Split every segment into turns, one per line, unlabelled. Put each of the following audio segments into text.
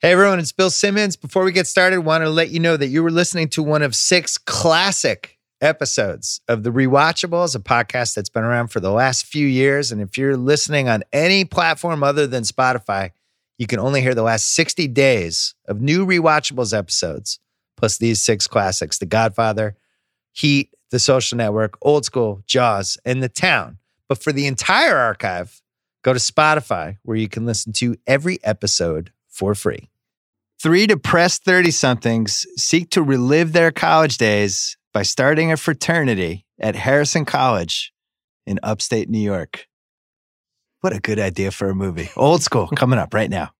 Hey everyone, it's Bill Simmons. Before we get started, want to let you know that you were listening to one of six classic episodes of The Rewatchables, a podcast that's been around for the last few years. And if you're listening on any platform other than Spotify, you can only hear the last 60 days of new Rewatchables episodes, plus these six classics The Godfather, Heat, The Social Network, Old School, Jaws, and The Town. But for the entire archive, go to Spotify, where you can listen to every episode for free. Three depressed 30 somethings seek to relive their college days by starting a fraternity at Harrison College in upstate New York. What a good idea for a movie. Old school coming up right now.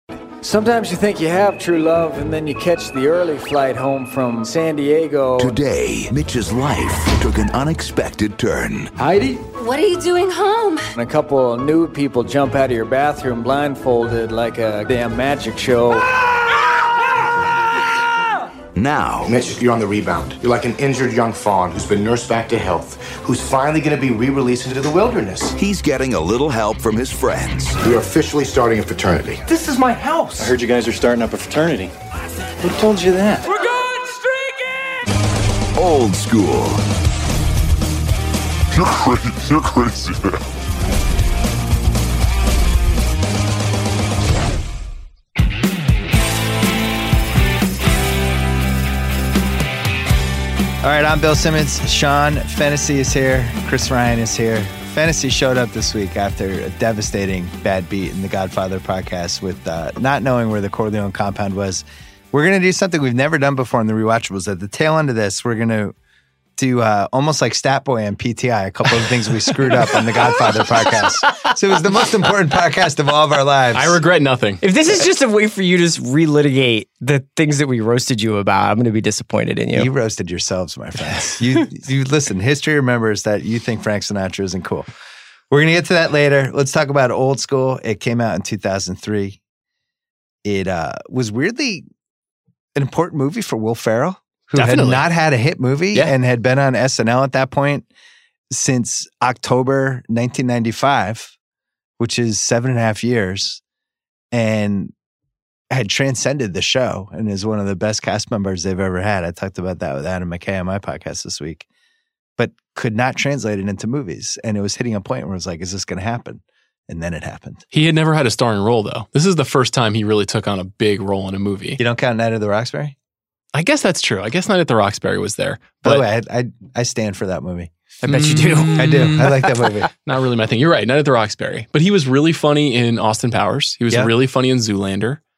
Sometimes you think you have true love, and then you catch the early flight home from San Diego.
Today, Mitch's life took an unexpected turn.
Heidi?
What are you doing home?
And a couple of new people jump out of your bathroom blindfolded like a damn magic show.
Now,
Mitch, you're on the rebound. You're like an injured young fawn who's been nursed back to health, who's finally going to be re released into the wilderness.
he's getting a little help from his friends.
We are officially starting a fraternity.
This is my house. I heard you guys are starting up a fraternity. Who told you that?
Old school.
You're crazy. You're crazy.
All right, I'm Bill Simmons. Sean Fennessy is here. Chris Ryan is here. Fennessy showed up this week after a devastating bad beat in the Godfather podcast with uh, not knowing where the Corleone compound was. We're going to do something we've never done before in the rewatchables. At the tail end of this, we're going to do uh, almost like Stat Boy and PTI, a couple of things we screwed up on the Godfather podcast. So it was the most important podcast of all of our lives.
I regret nothing.
If this is just a way for you to just relitigate the things that we roasted you about, I'm going to be disappointed in you.
You roasted yourselves, my friends. You you listen, history remembers that you think Frank Sinatra isn't cool. We're gonna get to that later. Let's talk about old school. It came out in 2003. It uh, was weirdly an important movie for Will Ferrell, who
Definitely.
had not had a hit movie
Yeah.
and had been on SNL at that point since October 1995, which is seven and a half years, and had transcended the show and is one of the best cast members they've ever had. I talked about that with Adam McKay on my podcast this week, but could not translate it into movies. And it was hitting a point where it was like, is this going to happen? And then it happened.
He had never had a starring role though. This is the first time he really took on a big role in a movie.
You don't count Night of the Roxbury?
I guess that's true. I guess Night at the Roxbury was there,
By
but
the way, I, I, I stand for that movie.
I bet you do.
I do. I like that movie.
not really my thing. You're right. Night at the Roxbury, but he was really funny in Austin Powers. He was
Yeah.
really funny in Zoolander.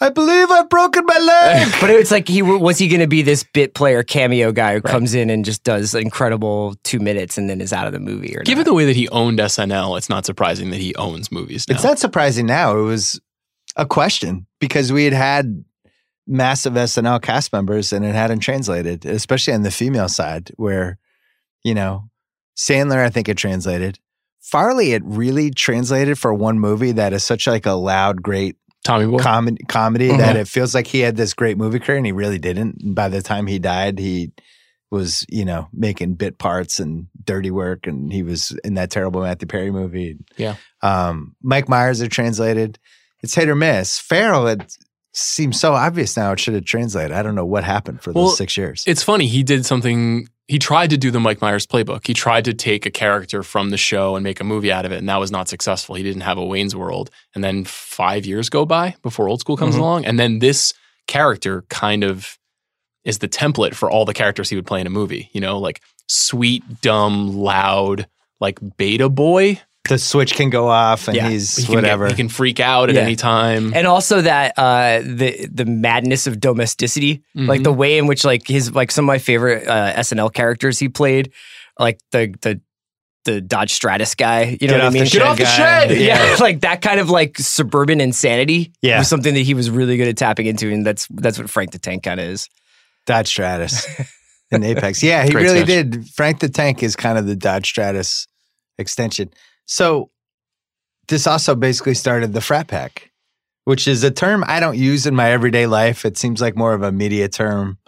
I believe I've broken my leg.
But it's like he was he going to be this bit player cameo guy who comes in and just does incredible two minutes and then is out of the movie or
Given
not.
the way that he owned SNL, it's not surprising that he owns movies now.
It's not surprising now. It was a question because we had had massive SNL cast members and it hadn't translated, especially on the female side, where, you know, Sandler, I think it translated. Farley, it really translated for one movie that is such like a loud, great
Tommy Boy.
com- comedy
Mm-hmm.
that it feels like he had this great movie career and he really didn't. And by the time he died, he was, you know, making bit parts and dirty work and he was in that terrible Matthew Perry movie.
Yeah.
Um, Mike Myers had translated. It's hit or miss. Farrell, it seems so obvious now it should have translated. I don't know what happened for
Well,
those six years.
It's funny. He did something. He tried to do the Mike Myers playbook. He tried to take a character from the show and make a movie out of it, and that was not successful. He didn't have a Wayne's World. And then five years go by before Old School comes
Mhm.
along, and then this character kind of is the template for all the characters he would play in a movie. You know, like sweet, dumb, loud, like beta boy.
the switch can go off and
Yeah.
he's
He can get-
whatever.
he can freak out at
Yeah.
any time.
and also that uh, the the madness of domesticity,
Mm-hmm.
like
Mhm.
the way in which like his like some of my favorite uh, SNL characters he played, like the the the Dodge Stratus guy, you
Get
know what I
off the
mean?
shed Get off the guy. shed!
Yeah,
Yeah.
like that kind of like suburban insanity.
Yeah.
was something that he was really good at tapping into, and that's that's what Frank the Tank kind of is.
Dodge Stratus and Apex. Yeah, he
Great
really
sketch.
did. Frank the Tank is kind of the Dodge Stratus extension. So this also basically started the frat pack, which is a term I don't use in my everyday life. It seems like more of a media term.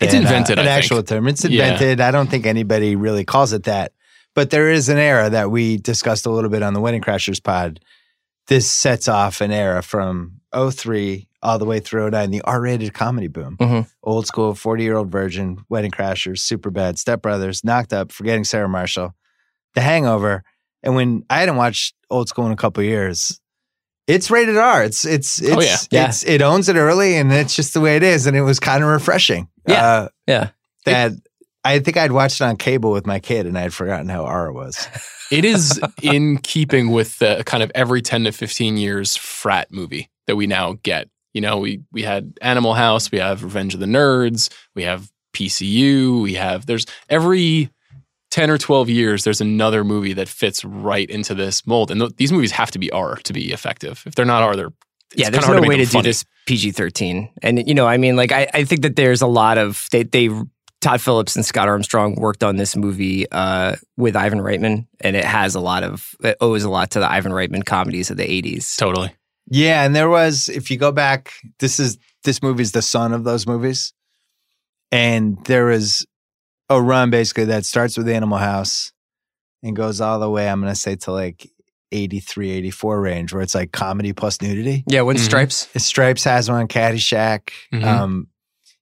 It's
than, uh,
invented,
an
I think.
actual term. It's
Yeah.
invented. I don't think anybody really calls it that. But there is an era that we discussed a little bit on the Wedding Crashers pod. This sets off an era from 03 all the way through 09, the R rated comedy boom.
Mhm.
Old school, 40 year old virgin, Wedding Crashers, Super Bad, Step Brothers, Knocked Up, Forgetting Sarah Marshall, The Hangover. And when I hadn't watched Old School in a couple years, it's rated R. It's it's it's,
Oh,
yeah. Yeah.
it's it owns it early and it's just the way it is. And it was kind of refreshing.
Yeah.
Uh,
Yeah.
that I think I'd watched it on cable with my kid and I had forgotten how R was.
It is in keeping with the kind of every 10 to 15 years frat movie that we now get. You know, we we had Animal House, we have Revenge of the Nerds, we have PCU, we have there's every 10 or 12 years there's another movie that fits right into this mold. And th- these movies have to be R to be effective. If they're not R, they're it's
yeah, there's
kinda hard
no
make
way to
them
do
funny.
this PG 13. And, you know, I mean, like, I, I think that there's a lot of, they, they, Todd Phillips and Scott Armstrong worked on this movie uh, with Ivan Reitman, and it has a lot of, it owes a lot to the Ivan Reitman comedies of the 80s.
Totally.
Yeah, and there was if you go back, this is this movie's the son of those movies. And there is a run basically that starts with Animal House and goes all the way, I'm gonna say to like 83, 84 range, where it's like comedy plus nudity.
Yeah, when
Mhm.
Stripes.
Stripes has one, Caddyshack,
Mhm.
um,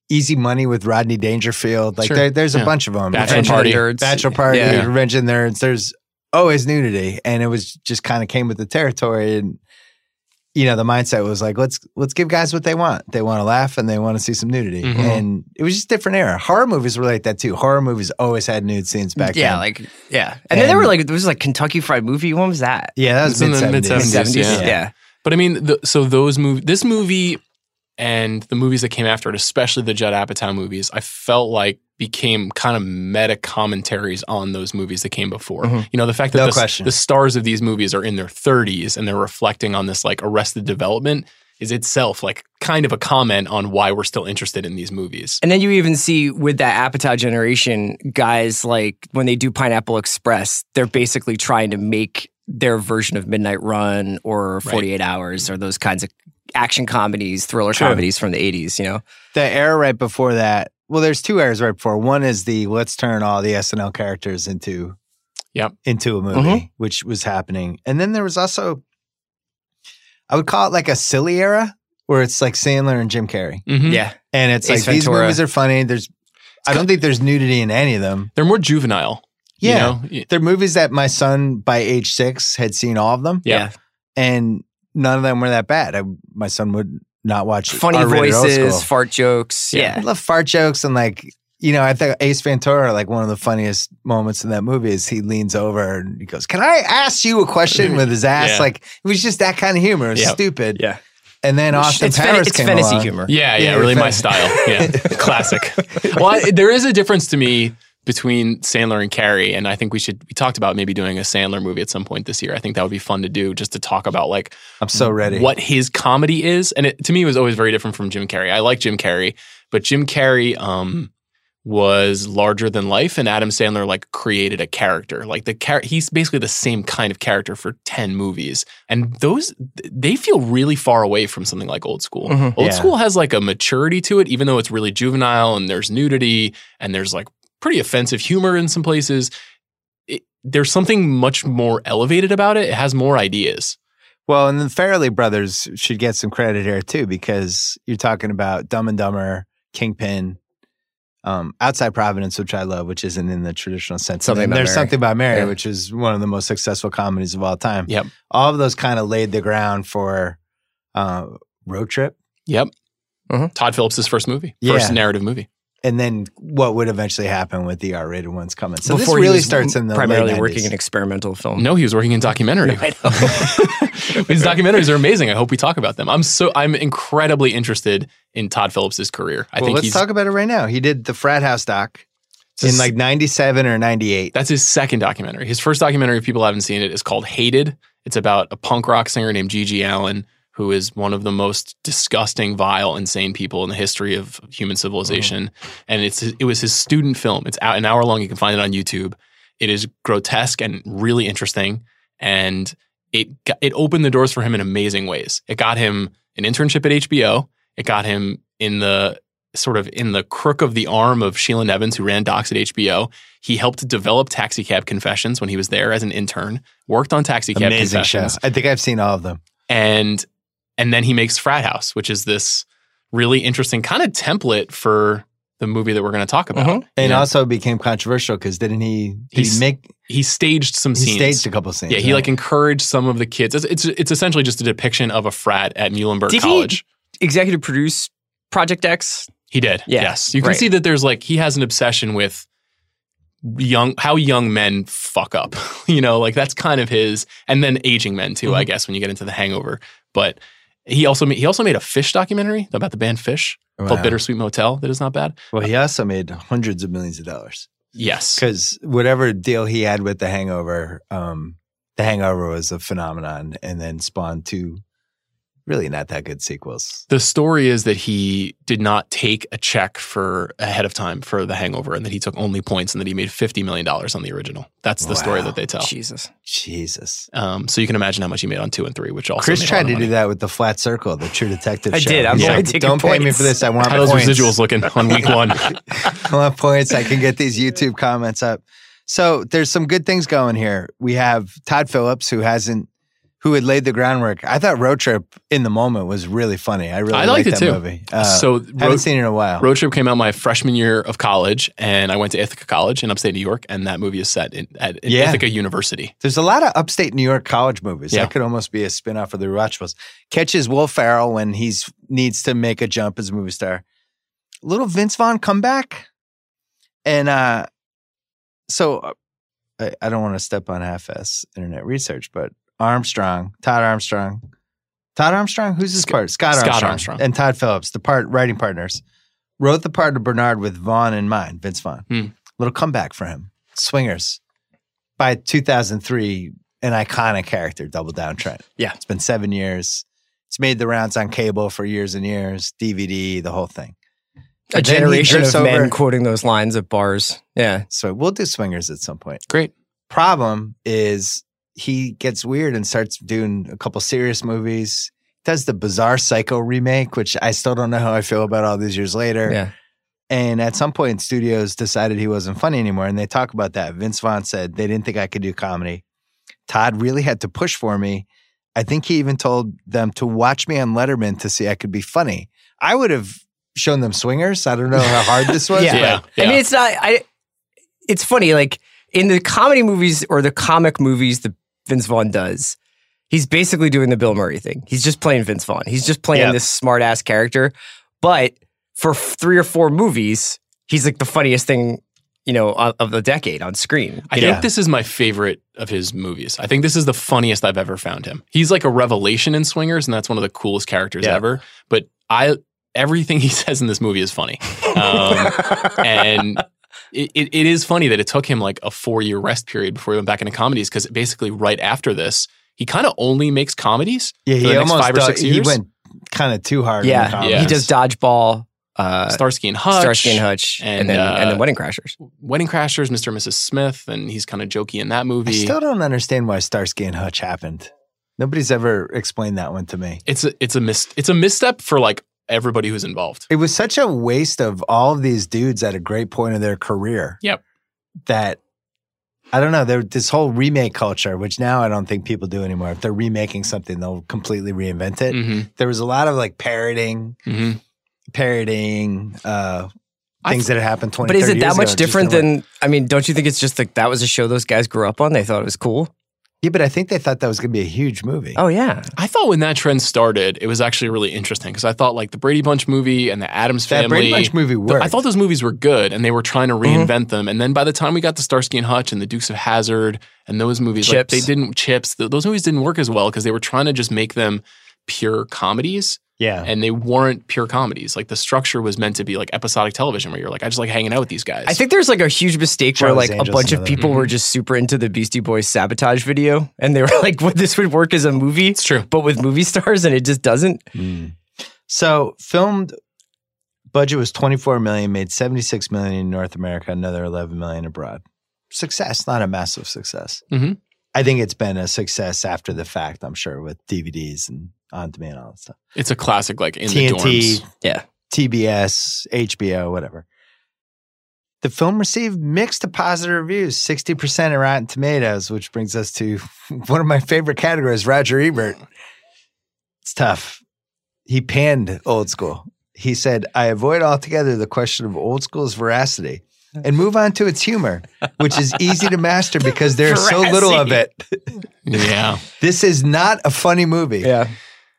Easy Money with Rodney Dangerfield. Like
Sure.
there, there's a
Yeah.
bunch of them.
Bachelor
Revenge of the
Party.
Nerds. Bachelor Party,
Yeah.
Revenge of the Nerds. There's always nudity, and it was just kind of came with the territory. And you know, the mindset was like, let's let's give guys what they want. They want to laugh and they want to see some nudity.
Mhm.
And it was just a different era. Horror movies were like that too. Horror movies always had nude scenes back
yeah,
then.
like, yeah. And, then there
And-
were like, there was like Kentucky Fried Movie. When was that?
yeah, that
It
was
was in
mid
the
seventies.
mid-seventies,
Yeah.
Yeah. But I mean, the, so those movie, this movie, and the movies that came after it, especially the Judd Apatow movies, I felt like became kind of meta commentaries on those movies that came before.
Mhm.
You know, the fact that
Mm-hmm. No
the,
question.
the stars of these movies are in their 30s and they're reflecting on this like Arrested Development is itself like kind of a comment on why we're still interested in these movies.
And then you even see with that Apatow generation, guys like when they do Pineapple Express, they're basically trying to make their version of Midnight Run or 48 Hours or those kinds of action comedies, thriller
True.
comedies from the 80s, you know?
the era right before that. Well, there's two eras right before. One is the let's turn all the SNL characters into,
Yep.
into a movie, which was happening. And then there was also, I would call it like a silly era where it's like Sandler and Jim Carrey,
Mhm.
Yeah.
and it's
Ace
like these
Ventura.
movies are funny. There's, I don't think there's nudity in any of them.
They're more juvenile.
Yeah.
You know?
They're movies that my son by age six had seen all of them,
Yeah.
and none of them were that bad. I, my son would not watch
Funny
R-rated old
voices,
school.
fart jokes.
Yeah.
Yeah.
I love fart jokes and like you know, I think Ace Ventura, like one of the funniest moments in that movie is he leans over and he goes, Can I ask you a question with his ass?
Yeah.
Like it was just that kind of humor. It was
Yeah.
stupid.
Yeah.
And then Austin
it's, fan-
Powers
it's
came
fantasy
along.
humor.
Yeah, yeah,
Yeah,
really my
right.
style. Yeah, classic. Well, I, there is a difference to me between Sandler and Carrie, and I think we should. We talked about maybe doing a Sandler movie at some point this year. I think that would be fun to do, just to talk about like
I'm so ready.
what his comedy is, and it to me was always very different from Jim Carrey. I like Jim Carrey, but Jim Carrey um, was larger than life, and Adam Sandler like created a character. Like the char- he's basically the same kind of character for ten movies, and those they feel really far away from something like Old School.
Mhm.
Old
Mm-hmm. Yeah.
School has like a maturity to it, even though it's really juvenile and there's nudity and there's like pretty offensive humor in some places. It, there's something much more elevated about it. It has more ideas.
Well, and the Farrelly brothers should get some credit here too, because you're talking about Dumb and Dumber, Kingpin, um, Outside Providence, which I love, which isn't in the traditional sense.
Something
and
About
there's
Mary.
something about Mary,
Yeah.
which is one of the most successful comedies of all time.
Yep.
All of those kind of laid the ground for uh, Road Trip,
Yep.
Mhm.
Todd Phillips' first movie,
Mm-hmm. Yeah.
first narrative movie.
and then what would eventually happen with the R-rated ones coming. So
Before he
this really
was
starts in the
primarily
late 90s.
working in experimental film.
No, he was working in documentary.
I know.
His documentaries are amazing. I hope we talk about them. I'm so I'm incredibly interested in Todd Phillips' career. I
well,
think
let's
he's
talk about it right now. He did the Frat House doc in like '97 or '98.
That's his second documentary. His first documentary, if people haven't seen it, is called Hated. It's about a punk rock singer named Gigi Allen, who is one of the most disgusting, vile, insane people in the history of human civilization. And it's it was his student film. It's out an hour long. You can find it on YouTube. It is grotesque and really interesting, and it got, it opened the doors for him in amazing ways. It got him an internship at HBO. It got him in the sort of in the crook of the arm of Sheila Evans, who ran docs at HBO. He helped develop Taxi Cab Confessions when he was there as an intern, worked on Taxi Cab
Amazing show.
Confessions,
I think I've seen all of them.
and And then he makes Frat House, which is this really interesting kind of template for the movie that we're going to talk about.
Mhm.
And
Yeah.
also became controversial because didn't he? Did he
He's-
make?
He staged some
He
scenes.
staged a couple scenes.
yeah, he
right?
like encouraged some of the kids. It's, it's it's essentially just a depiction of a frat at Muhlenberg
Did he-
College.
Executive produce Project X.
He did.
Yeah,
yes. You can
right.
see that there's like he has an obsession with young how young men fuck up. you know, like that's kind of his and then aging men too,
Mm-hmm.
I guess when you get into the hangover. But he also ma- he also made a fish documentary about the band Fish
Wow.
called Bittersweet Motel that is not bad.
Well, he also made hundreds of millions of dollars
Yes.
because whatever deal he had with The Hangover, um, The Hangover was a phenomenon, and then spawned two really not that good sequels.
The story is that he did not take a check for ahead of time for the hangover and that he took only points and that he made $50 million on the original. That's the story
Wow.
that they tell.
Jesus.
Jesus,
Um, so you can imagine how much he made on two and three, which also
Chris
made a
tried
lot
to
of
do
money.
that with the Flat Circle, the True Detective.
I
show.
did. I'm
He's
only
like,
taking
Don't pay me
points.
for this. I want
How those
points.
residuals looking on week one?
I want points. I can get these YouTube comments up. So there's some good things going here. We have Todd Phillips, who hasn't, who had laid the groundwork. I thought Road Trip in the moment was really funny. I really
I liked
that
it too.
movie. Uh,
So
haven't
Road-
seen it in a while.
Road Trip came out my freshman year of college, and I went to Ithaca College in upstate New York, and that movie is set in, at in
Yeah.
Ithaca University.
There's a lot of upstate New York college movies.
Yeah.
That could almost be a spin-off of the Rewatchables. Catches Will Farrell when he's needs to make a jump as a movie star. Little Vince Vaughn comeback. And uh so uh, I, I don't want to step on half ass internet research, but Armstrong, Todd Armstrong. Todd Armstrong? Who's his
Sc-
part? Scott,
Scott
Armstrong,
Armstrong.
And Todd Phillips, the part writing partners. Wrote the part of Bernard with Vaughn in mind, Vince Vaughn.
Hmm.
Little comeback for him. Swingers by 2003, an iconic character, Double Down Trent.
Yeah.
It's been seven years. It's made the rounds on cable for years and years, DVD, the whole thing.
A
But then he
generation of
drifts over-
men quoting those lines at bars. Yeah.
So we'll do swingers at some point.
Great.
Problem is, he gets weird and starts doing a couple serious movies. Does the Bizarre Psycho remake, which I still don't know how I feel about all these years later.
Yeah.
And at some point, studios decided he wasn't funny anymore. And they talk about that. Vince Vaughn said they didn't think I could do comedy. Todd really had to push for me. I think he even told them to watch me on Letterman to see I could be funny. I would have shown them swingers. I don't know how hard this was.
Yeah.
but
Yeah,
I
yeah.
mean, it's not. I. It's funny, like in the comedy movies or the comic movies that Vince Vaughn does, he's basically doing the Bill Murray thing. He's just playing Vince Vaughn. He's just playing
Yeah.
this smart ass character. But for f- three or four movies, he's like the funniest thing, you know, of, of the decade on screen.
I think this is my favorite of his movies. I think this is the funniest I've ever found him. He's like a revelation in Swingers, and that's one of the coolest characters
Yeah.
ever. But I everything he says in this movie is funny, um, and it, it, it is funny that it took him like a four year rest period before he went back into comedies because basically right after this. He kind of only makes comedies.
Yeah,
for
he
the next
almost
five or
dug-
six
he
years?
went kind of too hard. in the
yeah,
comments.
Yeah.
he does dodgeball, uh,
Starsky and Hutch.
Starsky and Hutch, and,
and,
then and
uh,
then Wedding Crashers.
Wedding Crashers, Mr. and Mrs. Smith, and he's kind of jokey in that
I
movie.
still don't understand why Starsky and Hutch happened. Nobody's ever explained that one to me.
it's a it's a mis it's a misstep for like everybody who's involved.
It was such a waste of all of these dudes at a great point of their career.
Yep.
That I don't know. There, this whole remake culture, which now I don't think people do anymore. If they're remaking something, they'll completely reinvent it.
hmm
There was a lot of like parroting,
hmm
parroting uh,
I
things that had happened twenty.
But is
30
it that
years ago.
much
Just
different
didn't work.
than? I mean, don't you think it's just like that was a show those guys grew up on? They thought it was cool.
Yeah, but I think they thought that was going to be a huge movie.
Oh yeah,
I thought when that trend started, it was actually really interesting because I thought like the Brady Bunch movie and the Adams
that
Family.
Brady Bunch movie
th-
worked. Mm-hmm.
I thought those movies were good, and they were trying to reinvent them. And then by the time we got to Starsky and Hutch and the Dukes of Hazard and those movies, like,
Chips.
they didn't chips. th- those movies didn't work as well because they were trying to just make them pure comedies.
yeah,
and they weren't pure comedies. Like the structure was meant to be like episodic television, where you're like, I just like hanging out with these guys.
I think there's like a huge mistake where
Charlie's
like a
Angels
bunch of
another
people
Mm-hmm.
were just super into the Beastie Boys sabotage video, and they were like, "What this would work as a movie." It's
true.
but with movie stars, and it just doesn't.
So filmed budget was 24 million, made 76 million in North America, another 11 million abroad. Success, not a massive success.
Mhm.
I think it's been a success after the fact, I'm sure, with DVDs and on demand, all that stuff.
it's a classic, like in the
TNT,
dorms.
Yeah.
TBS, HBO, whatever. The film received mixed to positive reviews, 60% in Rotten Tomatoes, which brings us to one of my favorite categories, Roger Ebert. It's tough. he panned old school. He said, I avoid altogether the question of old school's veracity and move on to its humor, which is easy to master because there's so little of it.
Yeah.
This is not a funny movie.
Yeah.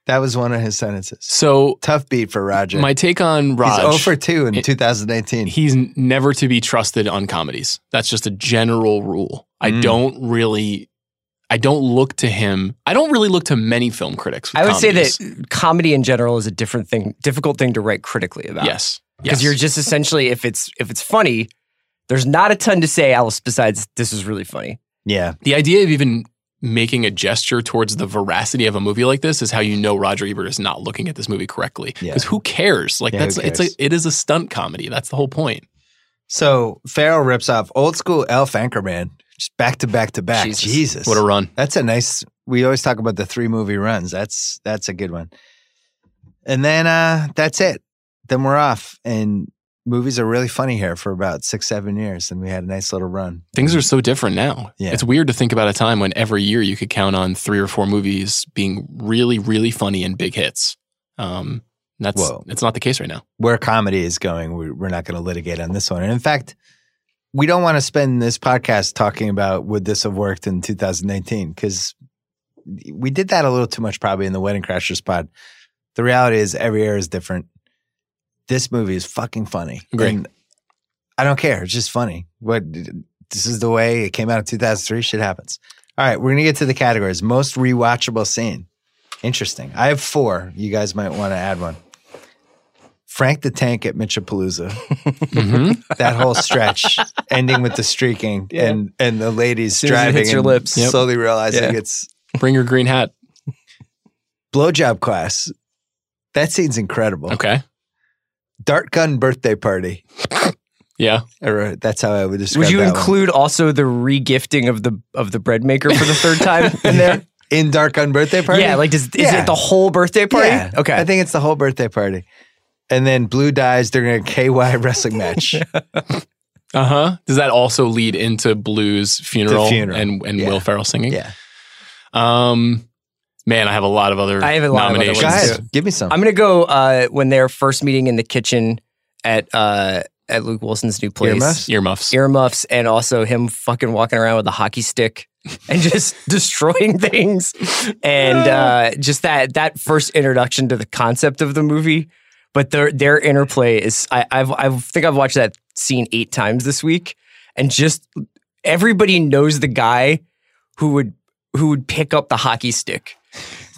That was one of his sentences.
So
Tough beat for Roger.
my take on
He's
Raj.
0 for 2 in 2018.
he's n- never to be trusted on comedies. That's just a general rule. I
Mm.
don't really, I don't look to him. I don't really look to many film critics. with
I would say
comedies.
that comedy in general is a different thing, difficult thing to write critically about.
yes,
because
yes.
you're just essentially if it's if it's funny, there's not a ton to say else besides this is really funny.
yeah.
the idea of even making a gesture towards the veracity of a movie like this is how you know Roger Ebert is not looking at this movie correctly.
Yeah.
Because who cares? Like
Yeah, who
that's it's
cares?
a it is a stunt comedy. That's the whole point.
So Farrell rips off old school Elf Anchorman, just back to back to back.
Jesus.
Jesus.
What a run!
That's a nice. We always talk about the three movie runs. That's that's a good one. And then uh that's it. Then we're off. And movies are really funny here for about six seven years, and we had a nice little run.
Things are so different now.
Yeah.
It's weird to think about a time when every year you could count on three or four movies being really, really funny and big hits. Um, that's
Whoa.
it's not the case right now.
Where comedy is going, we, we're not going to litigate on this one. And in fact, we don't want to spend this podcast talking about would this have worked in 2019 because we did that a little too much probably in the Wedding Crashers pod. The reality is every era is different. This movie is fucking funny.
Agree.
And I don't care. It's just funny. What this is the way it came out in 2003. Shit happens. All right, we're gonna get to the categories. Most rewatchable scene. Interesting. I have four. You guys might want to add one. Frank the Tank at Mitchapalooza
Mhm.
that whole stretch, ending with the streaking and and the ladies
soon as it
driving
hits your
and
lips. Yep.
slowly realizing
Yeah.
it's
Bring your green hat.
blowjob class. That scene's incredible.
Okay.
Dart gun birthday party.
Yeah.
Or that's how I would describe.
Would you
that one.
include also the regifting of the of the bread maker for the third time in there?
in dark gun birthday party?
Yeah, like does, is
Yeah.
it the whole birthday party?
Yeah.
Okay,
I think it's the whole birthday party. And then blue dies during a KY wrestling match.
Uh huh. Does that also lead into Blues funeral,
The funeral.
and and
Yeah.
Will Ferrell singing?
yeah.
Um, man, I have a lot of other.
I have a lot of other
nominations.
ones,
Go ahead. Give me some.
I'm gonna go uh, when they're first meeting in the kitchen at uh, at Luke Wilson's new place.
Earmuffs?
Earmuffs.
Earmuffs and also him fucking walking around with a hockey stick and just destroying things, and uh, just that that first introduction to the concept of the movie. But their their interplay is I I've, I think I've watched that scene eight times this week, and just everybody knows the guy who would who would pick up the hockey stick.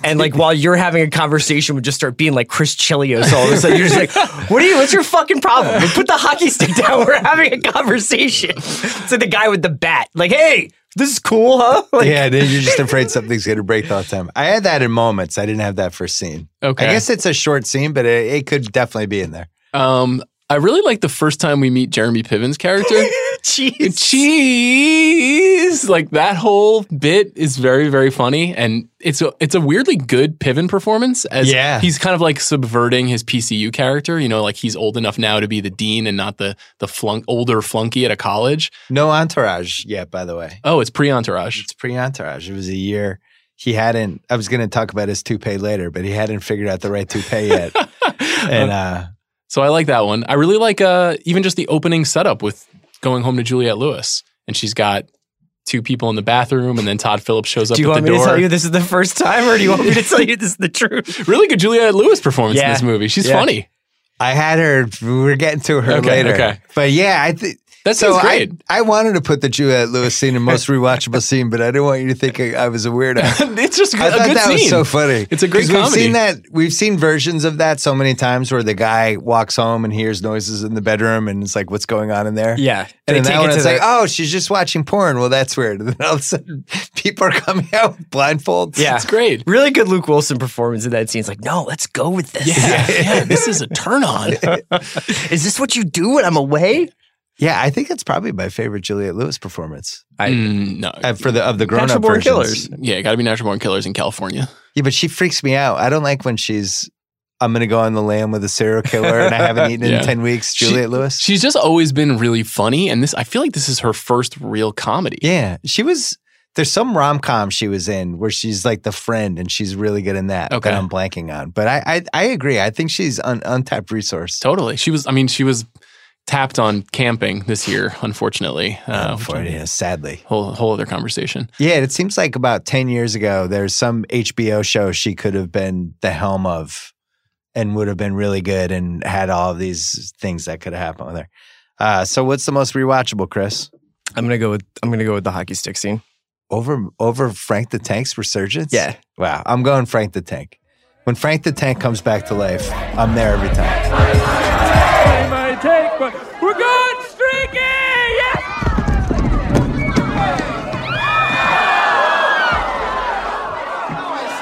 And like while you're having a conversation, would just start being like Chris Chilios all of a sudden. You're just like, "What are you? What's your fucking problem? Like, put the hockey stick down. We're having a conversation." So the guy with the bat, like, "Hey, this is cool, huh?" Like,
yeah, then you're just afraid something's going to break the whole time. I had that in moments. I didn't have that first scene.
Okay.
I guess it's a short scene, but it, it could definitely be in there.
Um, I really like the first time we meet Jeremy Piven's character.
Jeez.
Cheese, like that whole bit is very, very funny, and it's a it's a weirdly good Piven performance. As
Yeah.
he's kind of like subverting his PCU character. You know, like he's old enough now to be the dean and not the the flunk older flunky at a college.
No entourage yet, by the way.
Oh, it's pre entourage.
It's pre entourage. It was a year he hadn't. I was going to talk about his toupee later, but he hadn't figured out the right toupee yet. and uh,
So I like that one. I really like uh, even just the opening setup with going home to Juliette Lewis, and she's got two people in the bathroom, and then Todd Phillips shows up
Do you
at
want
the
me
door.
to tell you this is the first time, or do you want me to tell you this is the truth?
really good Juliette Lewis performance in
Yeah.
this movie. She's
Yeah.
funny.
I had her. We're getting to her
Okay,
later.
okay.
But yeah, I think.
That
So
sounds
I,
great.
I wanted to put the Juliette Lewis scene in most rewatchable scene, but I didn't want you to think I, I was a weirdo.
it's just
I
a
thought
good
that
scene.
was so funny.
It's a great
'Cause
comedy.
We've seen that. We've seen versions of that so many times where the guy walks home and hears noises in the bedroom, and it's like, "What's going on in there?"
Yeah,
And
They
then
take
that
it
one,
to
it's
the-
like, oh, she's just watching porn. Well, that's weird. And then all of a sudden, people are coming out with blindfolds.
Yeah.
It's great.
really good Luke Wilson performance in that scene. It's like, no, let's go with this.
Yeah, yeah, this is a turn on.
Is this what you do when I'm away?
Yeah, I think it's probably my favorite Juliette Lewis performance
I-
Mm, no,
uh, for the of the grown
Natural
up
Born
versions.
Killers.
yeah, got to be natural born killers in California.
Yeah, but she freaks me out. I don't like when she's. I'm gonna go on the lam with a serial killer, and I haven't eaten
Yeah.
in ten weeks. Juliette Lewis.
She's just always been really funny, and this I feel like this is her first real comedy.
yeah, she was. There's some rom com she was in where she's like the friend and she's really good in that.
Okay.
That I'm blanking on. But I I, I agree. I think she's an untapped resource.
Totally. She was. I mean, she was tapped on camping this year, unfortunately.
Oh,
Uh,
for
which-
yeah, sadly.
Whole whole other conversation.
Yeah, it seems like about 10 years ago, there's some HBO show she could have been the helm of and would have been really good and had all of these things that could have happened with her. Uh, so what's the most rewatchable, Chris?
I'm gonna go with I'm gonna go with the hockey stick scene.
Over over Frank the Tank's resurgence?
Yeah.
Wow. I'm going Frank the Tank. When Frank the Tank comes back to life, I'm there every time.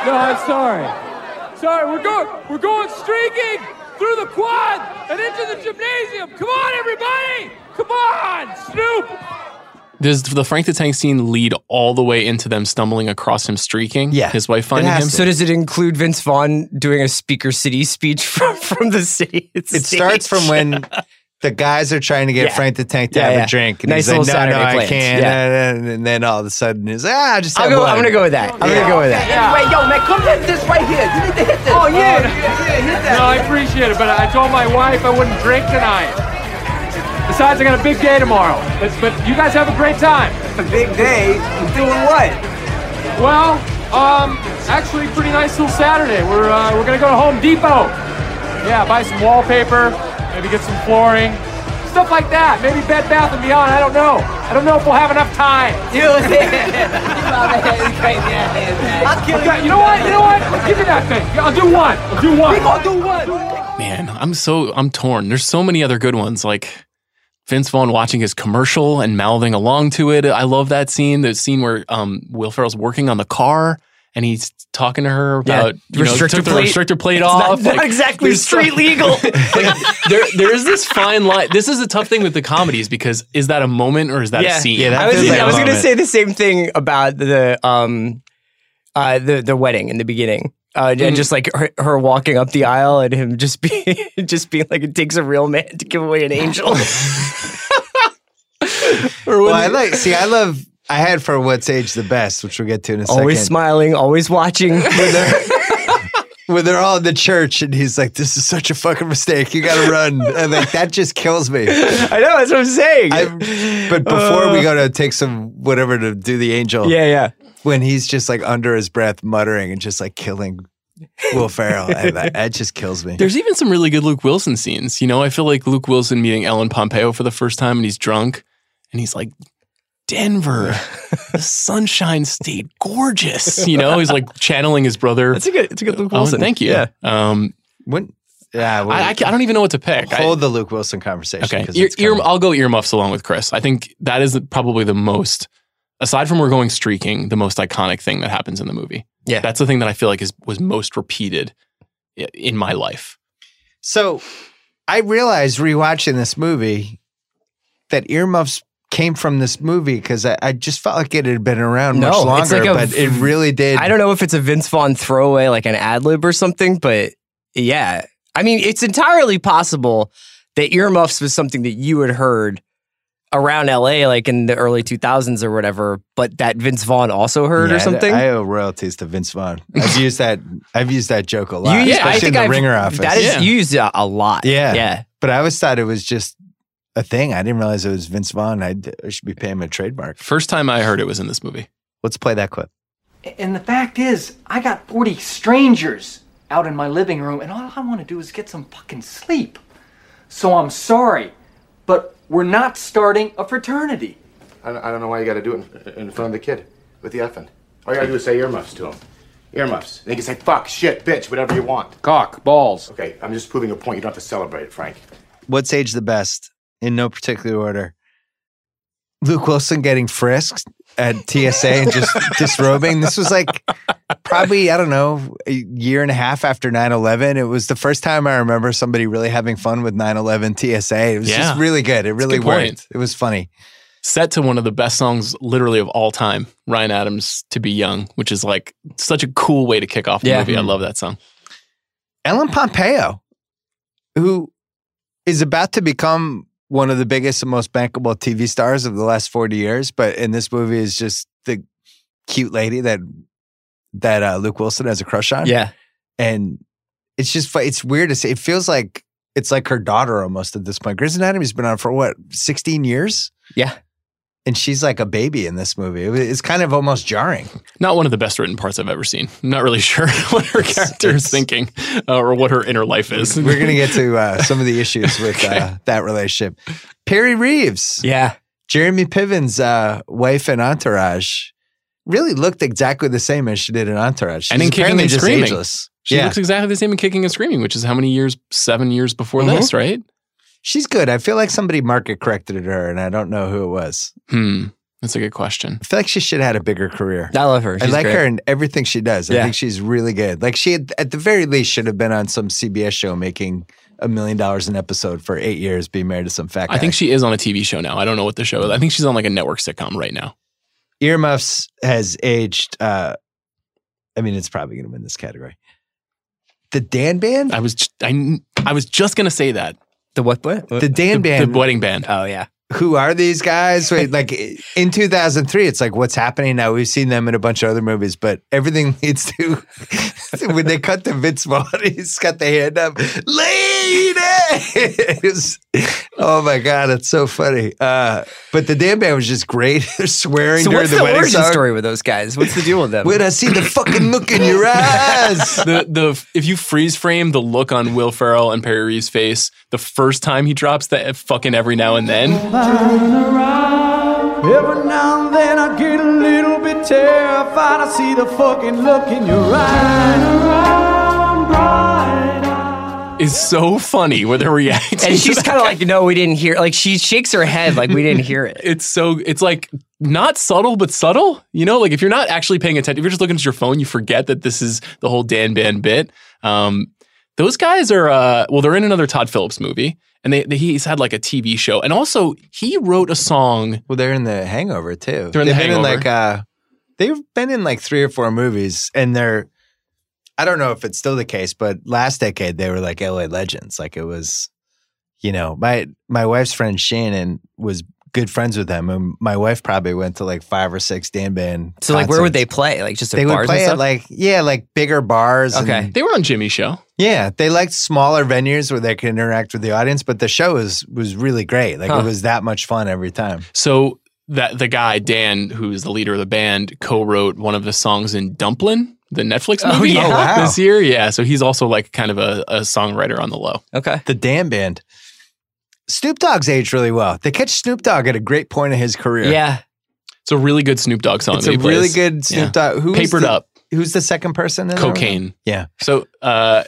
No, I'm sorry. Sorry, we're going we're going streaking through the quad and into the gymnasium. Come on, everybody! Come on, Snoop!
Does the Frank the Tank scene lead all the way into them stumbling across him streaking?
Yeah.
His wife
It
finding
has
him?
to.
So does it include Vince Vaughn doing a Speaker City speech from, from the city?
It starts from when the guys are trying to get
Yeah.
Frank the Tank to
Yeah,
have
yeah.
a drink. And
Nice
he's like, no,
little
no,
Saturday
I
plans.
can't.
Yeah.
And, then, and then all of a sudden he's like, ah, just
I'll
have
go,
one.
I'm gonna go with that. I'm gonna go with that.
Wait, yo, man, come hit this right here. You need to hit this. Oh, yeah.
No, I appreciate it, but I told my wife I wouldn't drink tonight. Besides, I got a big day tomorrow. But, but you guys have a great time.
A big day. Doing what?
Well, um, actually, pretty nice little Saturday. We're uh, we're gonna go to Home Depot. Yeah, buy some wallpaper, maybe get some flooring, stuff like that. Maybe Bed Bath and Beyond. I don't know. I don't know if we'll have enough time.
You know what I'm saying? I'll kill
Okay, you know what? You know what? Give me that thing. I'll do one. I'll do one.
Man, I'm so I'm torn. There's so many other good ones like Vince Vaughn watching his commercial and mouthing along to it. I love that scene. The scene where um, Will Ferrell's working on the car and he's talking to her
Yeah.
about you know,
Restrictor
took the
plate.
restrictor plate
Not,
off.
not
Like,
exactly
there's so-
street legal.
like, there, there is this fine line. This is a tough thing with the comedies because is that a moment or is that a scene?
Yeah, that
I was,
feels like
I
a
was gonna
moment.
say the same thing about the um uh the the wedding in the beginning. Uh,
Mm-hmm.
and just like her, her walking up the aisle and him just being just being like it takes a real man to give away an angel.
well, I like. See, I love. I had for what's age the best, which we'll get to in a
always
second.
smiling, always watching.
When they're all in the church, and he's like, "This is such a fucking mistake. You got to run." And like that just kills me.
I know that's what I'm saying.
I, but before we go to take some whatever to do the angel,
yeah, yeah.
when he's just like under his breath muttering and just like killing Will Ferrell, and that, that just kills me.
There's even some really good Luke Wilson scenes. You know, I feel like Luke Wilson meeting Ellen Pompeo for the first time and he's drunk and he's like, Denver, the sunshine state, gorgeous. You know, he's like channeling his brother.
It's a good, it's a good Luke
Owen,
Oh,
Wilson.
thank you.
Yeah.
Um,
When, yeah, well,
I, I, ca- I don't even know what to pick. I-
hold the Luke Wilson conversation.
okay.
'cause
Ear,
it's
ear,
coming.
I'll go earmuffs along with Chris. I think that is probably the most, aside from we're going streaking, the most iconic thing that happens in the movie.
Yeah.
That's the thing that I feel like is was most repeated i- in my life.
So I realized rewatching this movie that earmuffs came from this movie because I, I just felt like it had been around much
No, it's
longer,
like a
but it really did.
I don't know if it's a Vince Vaughn throwaway, like an ad lib or something, but yeah. I mean, it's entirely possible that earmuffs was something that you had heard around LA, like in the early 2000s or whatever, but that Vince Vaughn also heard
Yeah,
or
I-
something.
I uh, owe royalties to Vince Vaughn. I've used that. I've used that joke a lot.
you used,
especially
I think
in the
I've-
Ringer office.
That is
Yeah.
used a, a lot.
Yeah.
Yeah.
but I always thought it was just a thing. I didn't realize it was Vince Vaughn. I, I should be paying him a trademark.
First time I heard it was in this movie.
Let's play that clip.
And the fact is, I got 40 strangers out in my living room, and all I want to do is get some fucking sleep. So I'm sorry, but we're not starting a fraternity.
I don't, I don't know why you got to do it in, in front of the kid with the effing. All you got to do is say earmuffs to him. Earmuffs. And he can say fuck, shit, bitch, whatever you want.
Cock, balls.
Okay, I'm just proving a point. You don't have to celebrate it, Frank.
What's age the best? In no particular order. Luke Wilson getting frisked at TSA and just disrobing. This was like probably, I don't know, a year and a half after 9 11. It was the first time I remember somebody really having fun with 9 11 TSA. It was
Yeah.
just really good. It really
good
worked.
point.
It was funny.
set to one of the best songs literally of all time, Ryan Adams To Be Young, which is like such a cool way to kick off the
Yeah.
movie. I love that song.
Ellen Pompeo, who is about to become one of the biggest and most bankable TV stars of the last 40 years, but in this movie is just the cute lady that that uh, Luke Wilson has a crush on.
Yeah.
and it's just fu- it's weird to say. It feels like it's like her daughter almost at this point. Grey's Anatomy's been on for what sixteen years.
Yeah.
and she's like a baby in this movie. It wa- It's kind of almost jarring.
Not one of the best written parts I've ever seen. I'm not really sure what her
It's-
character
it's-
is thinking uh, or what her inner life is.
We're gonna get to uh, some of the issues with uh, that relationship. Perry Reeves.
Yeah.
Jeremy Piven's uh, wife in Entourage really looked exactly the same as she did in Entourage. She's
And in Kicking
apparently
and
just
Screaming.
ageless.
She
yeah,
looks exactly the same in Kicking and Screaming, which is how many years? Seven years before
Mm-hmm.
this, right?
she's good. I feel like somebody market corrected her, and I don't know who it was.
Hmm. That's a good question.
I feel like she should have had a bigger career.
I love her.
I
She's
like
great.
her in everything she does. I
Yeah.
think she's really good. Like she, had, at the very least, should have been on some CBS show making a million dollars an episode for eight years, being married to some fat guy.
I think she is on a TV show now. I don't know what the show is. I think she's on like a network sitcom right now.
Earmuffs has aged. Uh, I mean, it's probably going to win this category. The Dan Band,
I was j- I, kn- I was just gonna say that
The what? What?
the Dan
the
Band,
wedding band.
oh yeah.
who are these guys? Wait, like in 2003, it's like what's happening now. We've seen them in a bunch of other movies, but everything leads to when they cut to Vince Vaughn. He's got the hand up, ladies. oh my god, it's so funny. Uh, but the damn band was just great. They're swearing
So
during
what's
the,
the,
wedding
origin
song.
story with those guys? What's the deal with them?
When I see the fucking look in your eyes.
the the if you freeze frame the look on Will Ferrell and Perry Reeves' face the first time he drops that fucking every now and then.
Every now and then I get a little bit terrified. I see the fucking look in your eyes.
is so funny when they're reacting.
and
to
she's
that.
kind of like, no, we didn't hear. Like she shakes her head, like we didn't hear it.
it's so it's like not subtle but subtle. You know, like if you're not actually paying attention, if you're just looking at your phone, you forget that this is the whole Dan Ban bit. Um, those guys are uh, well, they're in another Todd Phillips movie, and they, they he's had like a TV show, and also he wrote a song.
Well, they're in the Hangover too.
They're in
They've
The
been in
Hangover.
like uh, they've been in like three or four movies, and they're I don't know if it's still the case, but last decade they were like LA legends. Like it was, you know, my my wife's friend Shannon was good friends with them, and my wife probably went to like five or six Dan Band.
So like, where would they
concerts.
play? Like just at
They
bars
would play
and
at
stuff.
like yeah, like bigger bars. and-
Okay.
They were on Jimmy's show.
yeah, they liked smaller venues where they could interact with the audience, but the show was was really great. Like
Huh.
it was that much fun every time.
So that the guy Dan, who's the leader of the band, co-wrote one of the songs in Dumplin', the Netflix
Oh,
movie
yeah.
Oh, wow.
this year. Yeah, so he's also like kind of a, a songwriter on the low.
okay.
the damn band. Snoop Dogg's aged really well. They catch Snoop Dogg at a great point in his career.
Yeah.
It's a really good Snoop Dogg song.
it's
that
a
he plays.
really good Snoop
Yeah.
Dogg. Who's
papered
the,
up
Who's the second person? In there?
cocaine.
Yeah.
So uh,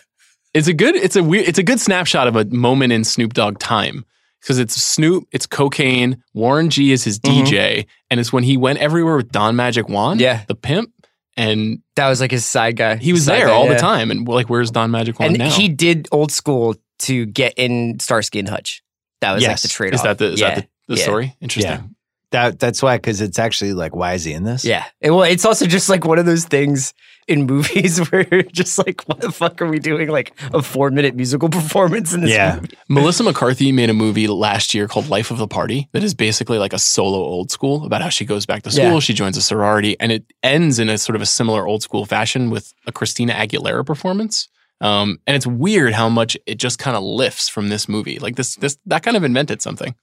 it's a good it's a weird it's a good snapshot of a moment in Snoop Dogg time because it's Snoop, it's cocaine. Warren G is his DJ, and it's when he went everywhere with Don Magic Wand,
Mm-hmm. Yeah.
the pimp, and
That was like his side guy.
he was
Side
there
guy,
all
yeah.
the time. And like, where's Don Magic Wand
And
now?
he did old school to get in Starsky and Hutch. That was like
Yes.
the trade off.
Is that the is
yeah.
that the, the
yeah.
story? Interesting.
That, that's why, because it's actually like, why is he in this?
Yeah. And, well, it's also just like one of those things in movies where you're just like, what the fuck are we doing? Like a four minute musical performance in this
Yeah.
movie?
Melissa McCarthy made a movie last year called Life of the Party that is basically like a solo old school about how she goes back to school,
Yeah.
she joins a sorority, and it ends in a sort of a similar old school fashion with a Christina Aguilera performance. Um, and it's weird how much it just kind of lifts from this movie. Like this, this that kind of invented something.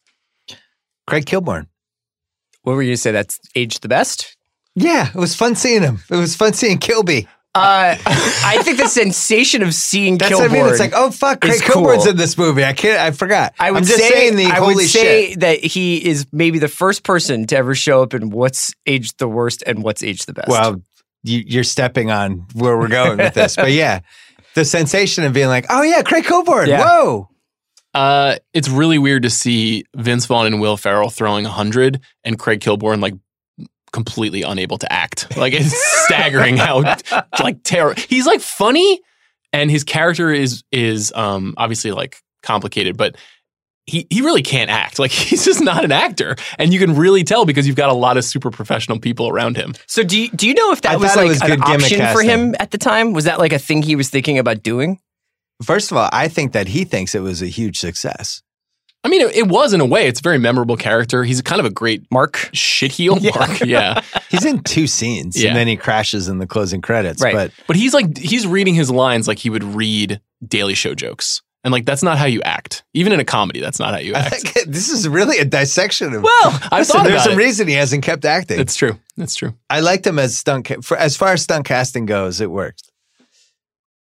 Craig Kilborn.
What were you going to say? That's aged the best?
Yeah. It was fun seeing him. It was fun seeing Kilby.
Uh, I think the sensation of seeing
That's
Kilborn.
what I mean. It's like, oh, fuck, Craig
is cool.
Kilborn's in this movie. I can't, I forgot.
I would
am just
say,
saying the
I
holy
would say
shit.
that he is maybe the first person to ever show up in what's aged the worst and what's aged the best.
Well, you, you're stepping on where we're going with this. But yeah, the sensation of being like, oh, yeah, Craig Kilborn.
Yeah.
Whoa.
Uh, it's really weird to see Vince Vaughn and Will Ferrell throwing 100 and Craig Kilborn like completely unable to act. Like it's staggering how like terror. He's like funny and his character is is um obviously like complicated, but he he really can't act. Like he's just not an actor and you can really tell because you've got a lot of super professional people around him.
so do you, do you know if that
I
was
thought it
like
was
an
good gimmick
option for him at the time? Was that like a thing he was thinking about doing?
First of all, I think that he thinks it was a huge success.
I mean, it, it was in a way. It's a very memorable character. He's kind of a great
Mark.
shitheel. Mark. Yeah.
He's in two scenes
Yeah.
and then he crashes in the closing credits.
Right.
But
But he's like he's reading his lines like he would read Daily Show jokes, and like that's not how you act. Even in a comedy, that's not how you
I
act.
think this is really a dissection of.
Well, I
Listen,
thought
there's
about
some
it.
reason he hasn't kept acting.
It's true. That's true.
I liked him as stunt ca- for, as far as stunt casting goes. It worked.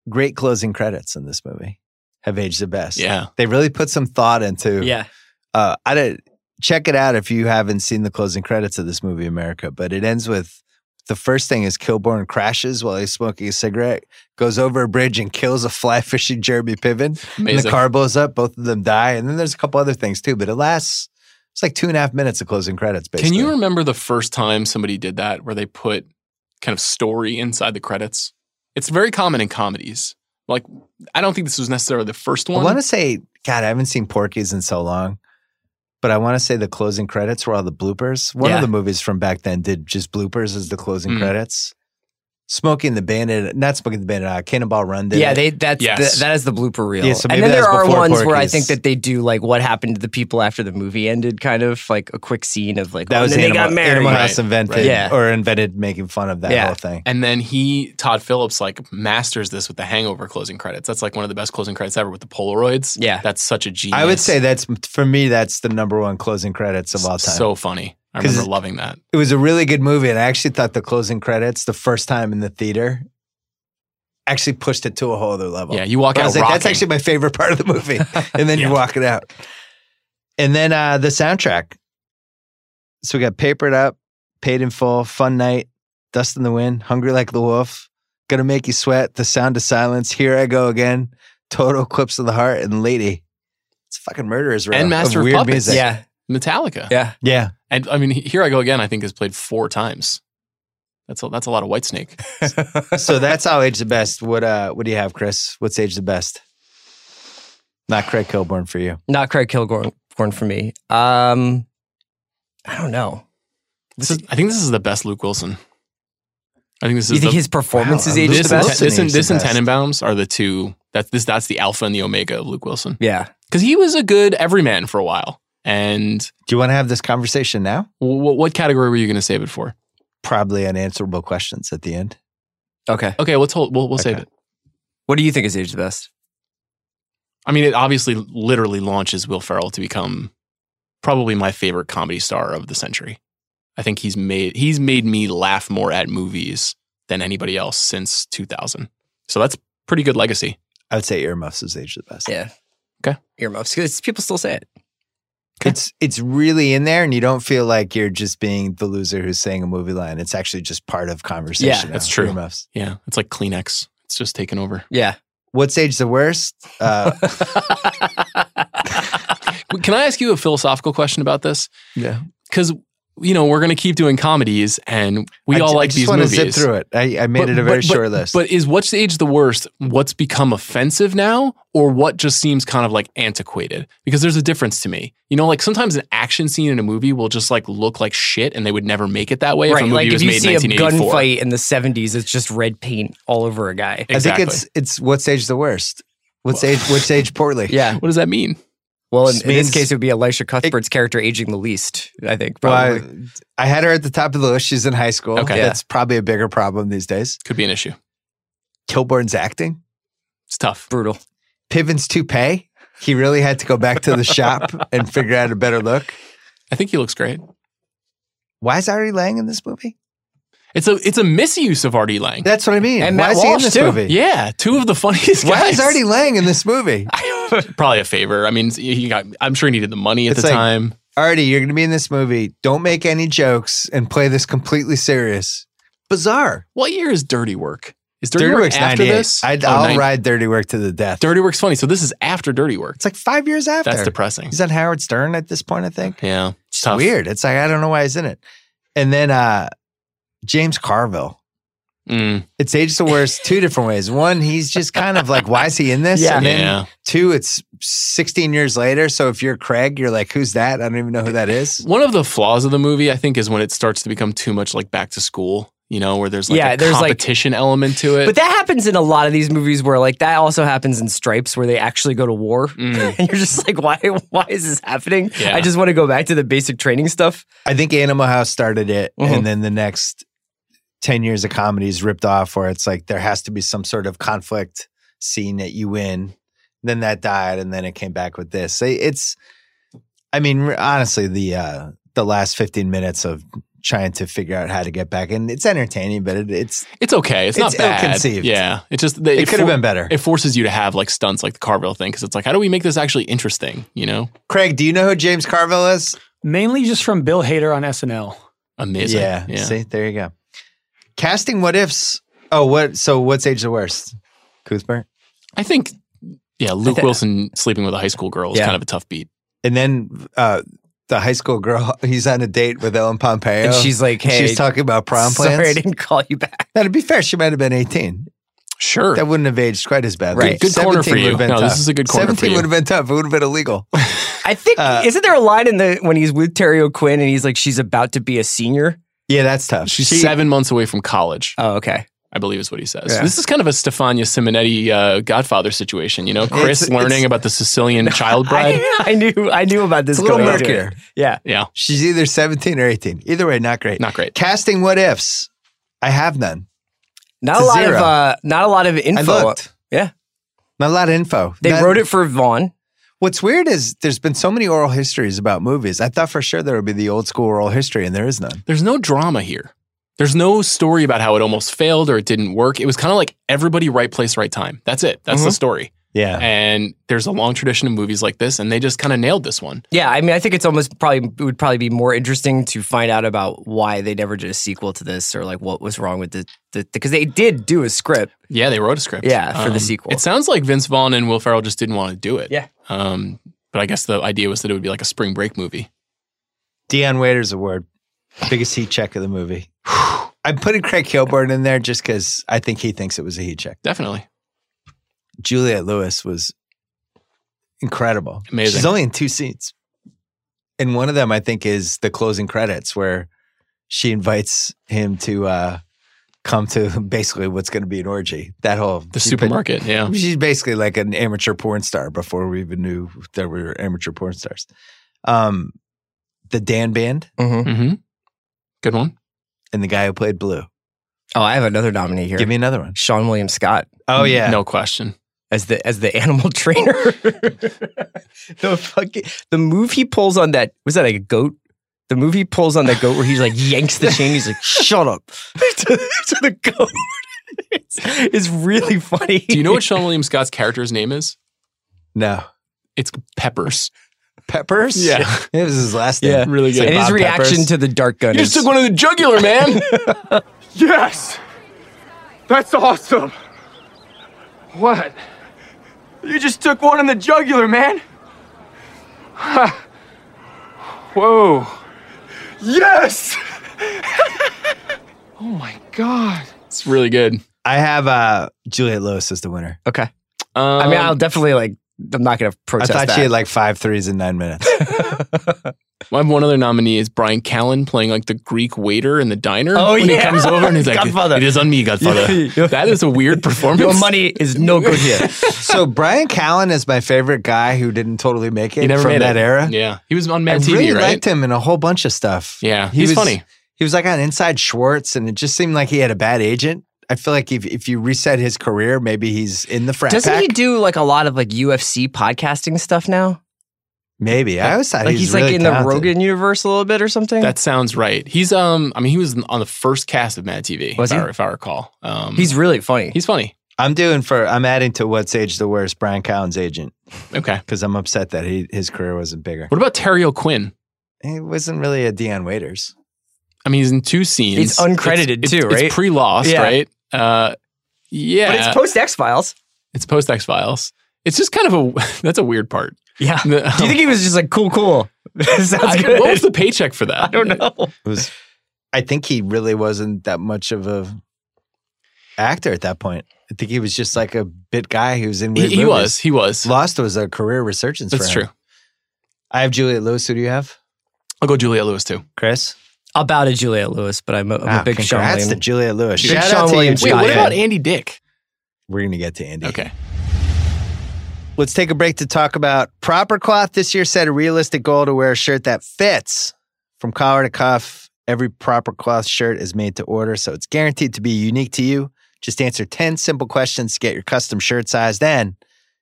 Great closing credits in this movie have aged the best.
Yeah.
they really put some thought into.
Yeah.
uh, I did check it out if you haven't seen the closing credits of this movie, America. But it ends with the first thing is Kilborn crashes while he's smoking a cigarette, goes over a bridge and kills a fly fishing Jeremy Piven. And the
Amazing.
car blows up. Both of them die, and then there's a couple other things too. But it lasts. It's like two and a half minutes of closing credits. Basically,
Can you remember the first time somebody did that where they put kind of story inside the credits? It's very common in comedies. Like, I don't think this was necessarily the first
I
one.
want to say, God, I haven't seen Porky's in so long, but I want to say the closing credits were all the bloopers. One
Yeah.
of the movies from back then did just bloopers as the closing
Mm.
credits. Smoking the Bandit, not Smoking the Bandit, uh, Cannonball Run. Did
Yeah,
it.
they that's
Yes.
the, that is the blooper reel.
Yeah, so maybe
and then
that
there
was
are
before
ones where I
Porky's.
think that they do like what happened to the people after the movie ended, kind of like a quick scene of like
that
oh,
was
and then
Animal,
they got married.
Animal
Right,
House invented
right. Yeah.
or invented making fun of that
Yeah.
whole thing.
and then he, Todd Phillips, like masters this with the Hangover closing credits. That's like one of the best closing credits ever with the Polaroids.
Yeah.
that's such a genius.
I would say that's for me. That's the number one closing credits of all time.
so funny. I
'Cause
remember
it's-
loving that.
it was a really good movie, and I actually thought the closing credits, the first time in the theater, actually pushed it to a whole other level.
Yeah, you walk
I
out.
was like, that's
rocking.
actually my favorite part of the movie. And then
Yeah.
you walk it out. And then uh, the soundtrack. So we got Papered Up, Paid in Full, Fun Night, Dust in the Wind, Hungry Like the Wolf, Gonna Make You Sweat, The Sound of Silence, Here I Go Again, Total Eclipse of the Heart, and Lady. It's a fucking murderers row
And Master of
weird
Puppets.
music.
Yeah,
Metallica.
yeah.
Yeah.
And I mean, here I go again. I think has played four times. That's a, that's a lot of Whitesnake.
so that's how Age the Best. What uh what do you have, Chris? What's Age the Best? Not Craig Kilborn for you.
Not Craig Kilgorn Gorn for me. Um, I don't know.
This is, I think this is the best Luke Wilson. I think this
Do
is
you think
the,
his performance
Wow,
is
I'm
aged
this,
the
losing
and,
best?
Wilson
this, and,
is the
this and
best.
Tenenbaums are the two. That's this. That's the alpha and the omega of Luke Wilson.
Yeah,
Because he was a good everyman for a while. And
Do you want to have this conversation now?
w- what category were you going to save it for?
Probably unanswerable questions at the end.
okay.
Okay, let's hold. We'll, we'll save
Okay.
it.
What do you think is aged the best?
I mean, it obviously literally launches Will Ferrell to become probably my favorite comedy star of the century. I think he's made he's made me laugh more at movies than anybody else since 2000. So that's pretty good legacy.
I would say earmuffs is age of the best.
Yeah.
Okay.
Earmuffs. Because people still say it.
It's it's really in there and you don't feel like you're just being the loser who's saying a movie line. It's actually just part of conversation.
Yeah,
now,
that's true.
Earmuffs.
Yeah, it's like Kleenex. It's just taken over.
Yeah.
What's age the worst? Uh,
Can I ask you a philosophical question about this?
yeah.
Because you know we're going to keep doing comedies, and we
I,
all
ju-
like
I just
these
wanna zip
movies.
through it. I, I made it a very short list.
But is what's age the worst? What's become offensive now, or what just seems kind of like antiquated? Because there's a difference to me. You know, like sometimes an action scene in a movie will just like look like shit, and they would never make it that way if a
Right.
movie
Like
was
if you
made
see a
in 1984.
gunfight in the 70s, it's just red paint all over a guy.
Exactly.
I think it's it's what's age the worst. What's age what's age poorly?
Yeah.
what does that mean?
Well, in,
Just
in this
means-
case, it would be Elisha Cuthbert's character aging the least, I think.
Well,
Probably.
I, I had her at the top of the list. She's in high school.
Okay.
That's probably a bigger problem these days.
Could be an issue.
Kilborn's acting.
It's tough.
Brutal.
Piven's toupee. He really had to go back to the shop and figure out a better look.
I think he looks great.
Why is Ari Lang in this movie?
It's a it's a misuse of Artie Lang.
That's what I mean.
And
Why
Matt
is he in
Walsh,
this
too.
movie?
Yeah, two of the funniest guys.
Why is Artie Lang in this movie?
Probably a favor. I mean, he got. I'm sure he needed the money at
It's
the
like-
time.
Artie, you're going to be in this movie. Don't make any jokes and play this completely serious. Bizarre.
What year is Dirty Work? Is Dirty, Work after
98.
this?
I'd,
Oh,
I'll
nine-
ride Dirty Work to the death.
Dirty Work's funny. So this is after Dirty Work.
It's like five years after.
That's depressing.
He's on Howard Stern at this point, I think.
Yeah,
It's
tough.
weird. It's like I don't know why he's in it. And then uh James Carville.
Mm,
It's aged the worst two different ways. One, he's just kind of like, why is he in this?
Yeah.
And then
yeah.
two, it's 16 years later. So if you're Craig, you're like, who's that? I don't even know who that is.
One of the flaws of the movie, I think, is when it starts to become too much like back to school you know, where there's like
Yeah,
a
there's, like-
competition element to it.
But that happens in a lot of these movies where like that also happens in Stripes where they actually go to war. and you're just like, why why is this happening?
Mm. Yeah.
I just want to go back to the basic training stuff.
I think Animal House started it,
Mhm.
and then the next ten years of comedies ripped off, where it's like there has to be some sort of conflict scene that you win. Then that died, and then it came back with this. They- It's, I mean, re- honestly, the uh, the last fifteen minutes of trying to figure out how to get back, and it's entertaining, but it, it's
it's okay. It's, not
it's
bad.
ill-conceived.
Yeah, it just they,
It could have
for-
been better.
It forces you to have like stunts like the Carville thing because it's like, how do we make this actually interesting? You know,
Craig. Do you know who James Carville is?
Mainly just from Bill Hader on SNL.
amazing.
yeah, See, there you go. Casting what ifs. Oh, what? So what's age the worst? Cuthbert.
I think. Yeah, Luke Wilson sleeping with a high school girl is
Yeah.
kind of a tough beat.
And then uh, the high school girl, he's on a date with Ellen Pompeo.
And she's like,
And
hey,
she's talking about prom plans.
sorry I didn't call you back.
Now, to be fair, she might have been 18.
Sure.
That wouldn't have aged quite as badly.
Right.
Good corner for
17
you.
would have been
No, this
tough.
is a good corner for
17
you.
would have been tough. It would have been illegal.
I think
Uh,
isn't there a line in the when he's with Terry O'Quinn and he's like, she's about to be a senior?
yeah, that's tough.
She's
She-
seven months away from college,
Oh, okay.
I believe is what he says.
Yeah.
This is kind of a Stefania Simonetti uh, Godfather situation, you know? Chris
It's-
learning
it's-
about the Sicilian child bride.
I, I knew I knew about this
It's a little
going into
murkier.
it. Yeah.
yeah,
She's either 17 or 18. Either way, not great.
not great.
Casting what ifs. I have none.
Not
It's
a
a
lot
zero.
of uh not a lot of info.
looked.
Yeah.
Not a lot of info.
They
None-
wrote it for Vaughn.
What's weird is there's been so many oral histories about movies. I thought for sure there would be the old school oral history, and there is none.
There's no drama here. There's no story about how it almost failed or it didn't work. It was kind of like everybody, right place, right time. That's it. That's
Mm-hmm.
the story.
Yeah.
And there's a long tradition of movies like this, and they just kind of nailed this one.
Yeah, I mean, I think it's almost probably it would probably be more interesting to find out about why they never did a sequel to this or like what was wrong with the because they did do a script.
Yeah, they wrote a script. Um,
Yeah, for the sequel.
It sounds like Vince Vaughn and Will Ferrell just didn't want to do it.
Yeah.
Um, but I guess the idea was that it would be like a spring break movie.
Deion Waiters award, biggest heat check of the movie. I'm putting Craig Kilborn in there just because I think he thinks it was a heat check.
Definitely.
Juliette Lewis was incredible.
Amazing.
She's only in two scenes. And one of them, I think, is the closing credits where she invites him to uh, come to basically what's going to be an orgy. That whole
The supermarket. Yeah.
She's basically like an amateur porn star before we even knew there were amateur porn stars. Um, the Dan Band
Mm-hmm.
Mm-hmm. Good one.
and the guy who played Blue.
Oh, I have another nominee here.
Give me another one.
Sean William Scott
Oh yeah.
No question.
as the as the animal trainer. the fucking the move he pulls on that was that like a goat. The move he pulls on that goat where he like yanks the chain. He's like, "Shut up!" to, to the goat. it's, it's really funny.
Do you know what Sean William Scott's character's name is?
No.
It's Peppers.
Peppers?
Yeah.
It was his last name.
Yeah,
Really good.
And his
Bob
reaction
Peppers.
to the dark gun.
You
is-
just took one of the jugular, man.
Yes! That's awesome! What? You just took one in the jugular, man! Ha. Whoa. Yes! oh my god.
it's really good.
I have uh Juliet Lewis as the winner.
okay.
Um,
I mean, I'll definitely like. I'm not going to
I
protest
thought
that.
she had like five threes in nine minutes.
I have one other nominee is Brian Callen playing like the Greek waiter in the diner.
Oh,
when he
yeah.
comes over and he's like,
Godfather.
"It is on me, Godfather." that is a weird performance.
Your money is no
Oh,
good here.
so Brian Callen is my favorite guy who didn't totally make it
He never
from
made
that
it.
era.
Yeah, he was on
I
Mad TV,
really
right?
liked him in a whole bunch of stuff.
Yeah,
He
he's
was-
funny.
He was like on Inside Schwartz, and it just seemed like he had a bad agent. I feel like if, if you reset his career, maybe he's in the frat
Doesn't
pack.
he do like a lot of like UFC podcasting stuff now?
maybe I always thought
Like
he was
Uh, he's, like
really
in
talented.
the Rogan universe a little bit or something.
That sounds right. He's um, I mean, he was on the first cast of Mad TV.
Was
if, I,
he?
if I recall, um,
he's really funny.
he's funny.
I'm doing for. I'm adding to what's age the worst. Brian Callen's agent
Okay.
because I'm upset that he his career wasn't bigger.
What about Terry O'Quinn?
It wasn't really a Dion Waiters.
I mean, he's in two scenes.
He's uncredited
It's-
too,
it's-
right?
It's pre-lost,
Yeah.
right? Uh, yeah,
But it's post X Files.
it's post X Files. It's just kind of a that's a weird part.
Yeah.
The-
Do you think he was just like cool, cool? Sounds
I-
good.
what was the paycheck for that?
I don't know.
It was I think he really wasn't that much of a actor at that point. I think he was just like a bit guy who was in
He,
weird
he
movies.
was. He was.
Lost was a career resurgence
That's
for him.
true.
I have Juliet Lewis. Who do you have?
I'll go Julia Lewis too.
Chris?
about a Juliette Lewis, but I'm a, I'm a
Ah,
big Sean
congrats to
William.
Julia Lewis.
Big
Shout
Sean
out to
Williams
you.
Wait,
guy.
what
Yeah.
about Andy Dick?
We're gonna get to Andy.
Okay.
Let's take a break to talk about Proper Cloth. This year set a realistic goal to wear a shirt that fits from collar to cuff. Every Proper Cloth shirt is made to order, so it's guaranteed to be unique to you. Just answer 10 simple questions to get your custom shirt size. Then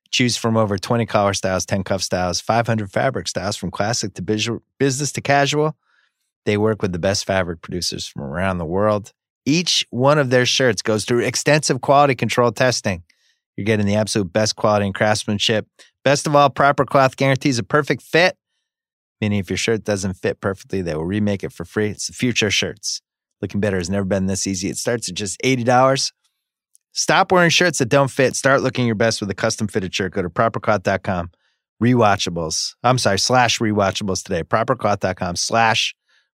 choose from over 20 collar styles, 10 cuff styles, 500 fabric styles from classic to visual, business to casual. They work with the best fabric producers from around the world. Each one of their shirts goes through extensive quality control testing. You're getting the absolute best quality and craftsmanship. Best of all, proper cloth guarantees a perfect fit. Meaning, if your shirt doesn't fit perfectly, they will remake it for free. It's the future of shirts. Looking better has never been this easy. It starts at just $80. Stop wearing shirts that don't fit. Start looking your best with a custom fitted shirt. Go to propercloth.com. Rewatchables. I'm sorry, slash rewatchables today. Propercloth.com slash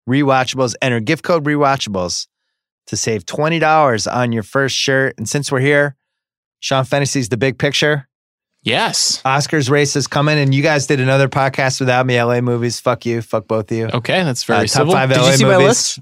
rewatchables. Enter gift code rewatchables to save $20 on your first shirt. And since we're here, Sean Fantasy's The Big Picture. Uh,
Yes.
Oscars race is coming, and you guys did another podcast without me. LA movies, fuck you, fuck both of you.
Okay, that's
Uh,
Oh, very
top
civil.
five
Did
LA
you see my
movies.
list?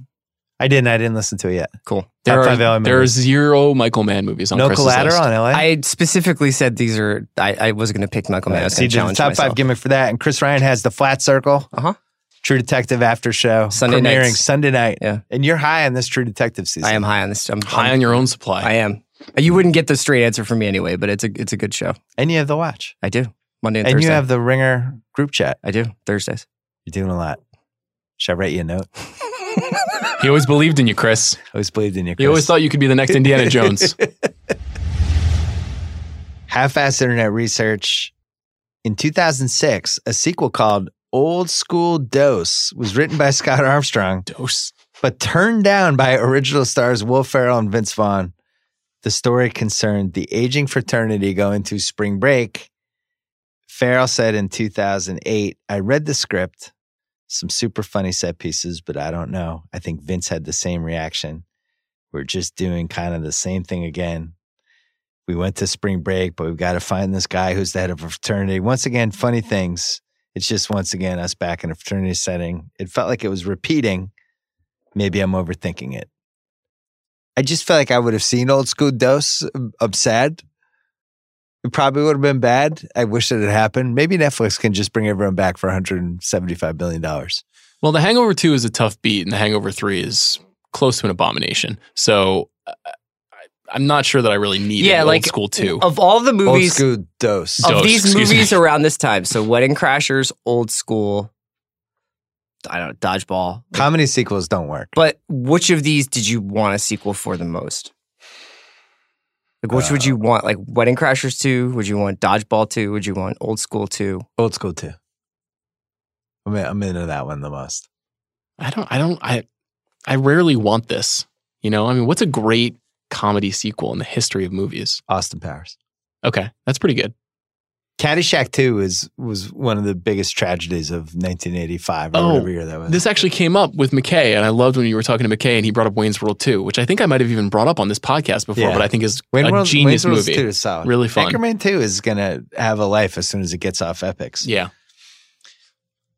I didn't. I didn't listen to it yet.
Cool.
There
top
are
five LA
there are
movies.
zero Michael Mann movies on
no
Chris's
collateral
list.
on LA.
I specifically said these are. I, I was going to pick Michael Mann. I was
See,
going to
the top
challenge top myself.
five gimmick for that, and Chris Ryan has the Flat Circle,
Uh-huh.
True Detective after show
Sunday
premiering
nights.
Sunday night.
Yeah.
and you're high on this True Detective season.
I am high on this. I'm
High on your own supply.
I am. You wouldn't get the straight answer from me anyway, but it's a it's a good show.
and you have the watch,
I do Monday and,
and
Thursday.
you have the Ringer group chat.
I do Thursdays.
You're doing a lot. Should I write you a note? I
He always believed in you, Chris.
always believed in you. Chris.
He always thought you could be the next Indiana Jones.
half-assed internet research. In 2006, a sequel called Old School Dose was written by Scott Armstrong,
Dose.
but turned down by original stars Will Ferrell and Vince Vaughn. The story concerned the aging fraternity going to spring break. Farrell said in 2008, I read the script, some super funny set pieces, but I don't know. I think Vince had the same reaction. We're just doing kind of the same thing again. We went to spring break, but we've got to find this guy who's the head of a fraternity. Once again, funny things. It's just once again us back in a fraternity setting. It felt like it was repeating. Maybe I'm overthinking it. I just felt like I would have seen old school dose of sad. It probably would have been bad. I wish that it happened. Maybe Netflix can just bring everyone back for $175 million.
Well, The Hangover 2 is a tough beat, and The Hangover 3 is close to an abomination. So uh, I, I'm not sure that I really need
Yeah,
an
like oh.
old school 2.
Of all the
Old
movies,
school dose.
Oh.
of
Dose,
these
excuse
movies
me.
around this time, so Wedding Crashers, Old School, I don't know, Dodgeball.
Comedy sequels don't work.
But which of these did you want a sequel for the most? Like, which would you want? Like Wedding Crashers two? Would you want Dodgeball two? Would you want Old School two?
Old school Oh, too. I'm, in- I'm into that one the most.
I don't, I don't, I, I rarely want this. You know, I mean, what's a great comedy sequel in the history of movies?
Austin Powers.
Okay, that's pretty good.
Caddyshack 2 is, was one of the biggest tragedies of 1985 or
Oh,
whatever year that was.
This actually came up with McKay, and I loved when you were talking to McKay and he brought up Wayne's World 2, which I think I might have even brought up on this podcast before,
Yeah.
but I think is
Wayne
a
World, Wayne's
genius
World
movie.
2 is solid.
Really fun.
Anchorman 2 is going to have a life as soon as it gets off Epics.
Yeah.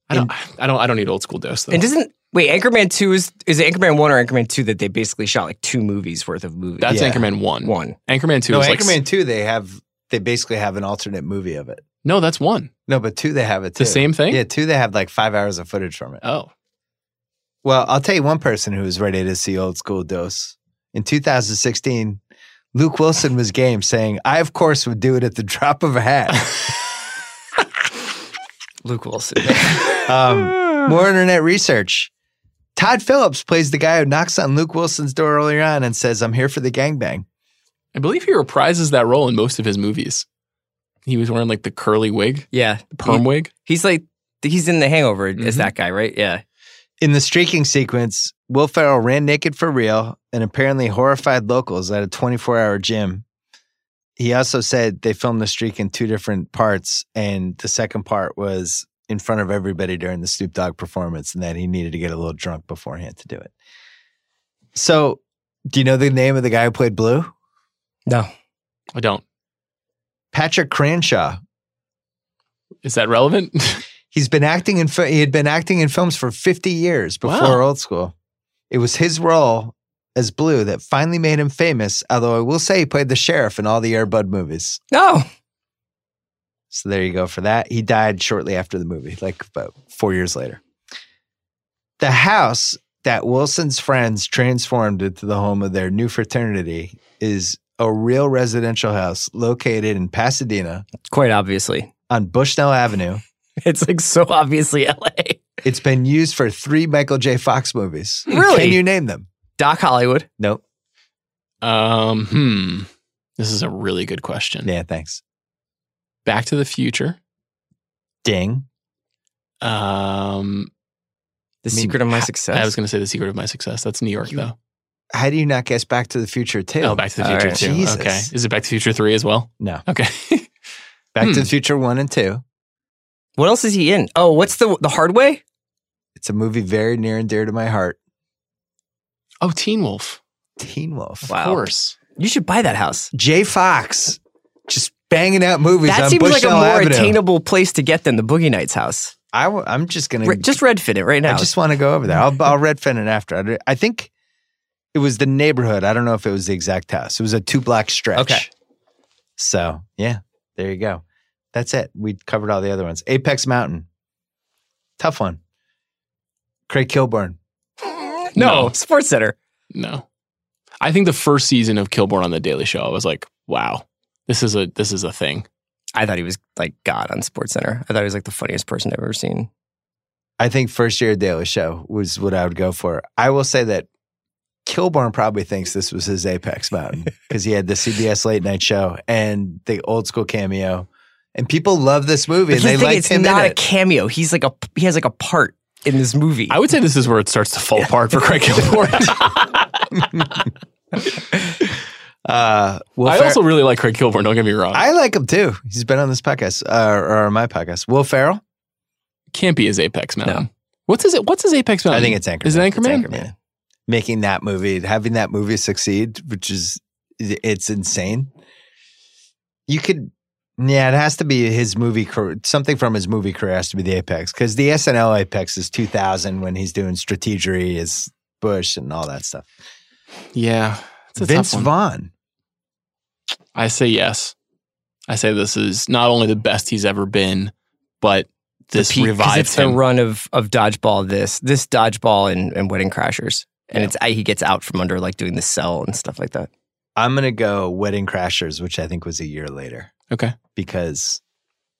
I don't, I don't, I don't need old school dose though.
And doesn't wait Anchorman two is is it Anchorman one or Anchorman two that they basically shot like two movies worth of movies?
that's
yeah.
Anchorman one.
one.
Anchorman two
No,
is
Anchorman
like
2, they have, they basically have an alternate movie of it.
no, that's one.
No, but 2, they have it
The
too.
same thing.
Yeah, 2, they have like five hours of footage from it.
Oh,
Well, I'll tell you one person who was ready to see old school dose. In 2016, Luke Wilson was game saying, I, of course, would do it at the drop of a hat.
Luke Wilson.
Um, more internet research. Todd Phillips plays the guy who knocks on Luke Wilson's door earlier on and says, I'm here for the gangbang.
I believe he reprises that role in most of his movies. He was wearing like the curly wig,
yeah,
the perm wig.
he's like he's in the Hangover as
Mhm.
that guy, right? Yeah.
In the streaking sequence, Will Ferrell ran naked for real and apparently horrified locals at a 24 hour gym. He also said they filmed the streak in two different parts, and the second part was in front of everybody during the Snoop Dogg performance, and that he needed to get a little drunk beforehand to do it. So, do you know the name of the guy who played Blue?
No.
I don't.
Patrick Cranshaw.
Is that relevant?
He's been acting in fi- he had been acting in films for 50 years before
Wow.
old school. It was his role as Blue that finally made him famous, although I will say he played the sheriff in all the Air Bud movies.
No.
So there you go for that. He died shortly after the movie, like about four years later. The house that Wilson's friends transformed into the home of their new fraternity is a real residential house located in Pasadena
Quite obviously.
on Bushnell Avenue.
It's like so obviously LA.
It's been used for three Michael J. Fox movies.
Really?
Can you name them?
Doc Hollywood.
Nope.
Um, hmm. This is a really good question.
Yeah, thanks.
Back to the Future.
Ding.
Um,
The
I mean,
Secret of My
ha-
Success.
I was going to say The Secret of My Success. That's New York,
You-
though.
How do you not guess Back to the Future too?
Oh, Back to the
All
Future
right.
2.
Jesus.
Okay. Is it Back to the Future 3 as well?
No.
Okay.
Back
Hmm.
to the Future 1 and 2.
what else is he in? Oh, what's the the hard way?
It's a movie very near and dear to my heart.
oh, Teen Wolf.
Teen Wolf.
Of course.
You should buy that house.
Jay Fox just banging out movies
that
on
seems like a
Bushnell
more
Avenue.
attainable place to get than the Boogie Nights house.
I w- I'm just going
Re-
to
just redfin it right now.
I just want to go over there. I'll, I'll redfin it after. I, I think it was the neighborhood. I don't know if it was the exact house. It was a two block stretch.
Okay.
So yeah, there you go. That's it. We covered all the other ones. Apex Mountain, tough one. Craig Kilborn.
no,
No.
Sports Center.
No. I think the first season of Kilborn on the Daily Show, I was like, wow, this is a this is a thing.
I thought he was like God on Sports Center. I thought he was like the funniest person I've ever seen.
I think first year Daily Show was what I would go for. I will say that Kilborn probably thinks this was his Apex Mountain because he had the CBS late night show and the old school cameo. And people love this movie and
But
they
here's the thing,
liked
it's
him
not
in
a
it.
cameo. He's like a he has like a part in this movie.
I would say this is where it starts to fall apart for Craig Kilborn.
Uh, Will
I
Fer-
also really like Craig Kilborn, don't get me wrong.
I like him too. He's been on this podcast uh, or my podcast. Will Farrell.
Can't be his Apex Mountain. What's his what's his Apex Mountain?
I think it's Anchorman.
Is it
It's
Anchorman?
Making that movie, having that movie succeed, which is it's insane. You could, yeah, it has to be his movie career. Something from his movie career has to be the apex because the SNL apex is 2000 when he's doing strategery as Bush and all that stuff.
Yeah. It's a
Vince
tough one.
Vaughn.
I say yes. I say this is not only the best he's ever been, but this
peak, 'cause
revives
it's the
him.
run of of dodgeball this this dodgeball and, and wedding crashers and
Yeah.
it's I, he gets out from under like doing the cell and stuff like that
I'm gonna go Wedding Crashers, which I think was a year later
Okay,
because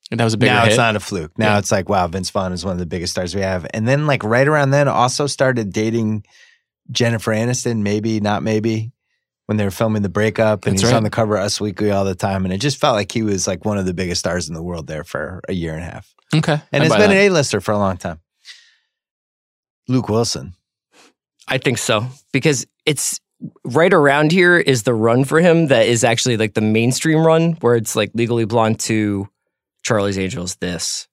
and that was a bigger
now
hit.
it's not a fluke. Now
Yeah.
it's like, wow, Vince Vaughn is one of the biggest stars we have. And then like right around then also started dating Jennifer Aniston, maybe, not maybe, when they were filming the breakup and
That's
he's
right.
on the cover of Us Weekly all the time. And it just felt like he was like one of the biggest stars in the world there for a year and a half.
okay,
And
I
it's
buy
been
that.
an A-lister for a long time. Luke Wilson.
i think so because it's right around here is the run for him that is actually like the mainstream run where it's like legally blonde to charlie's angels this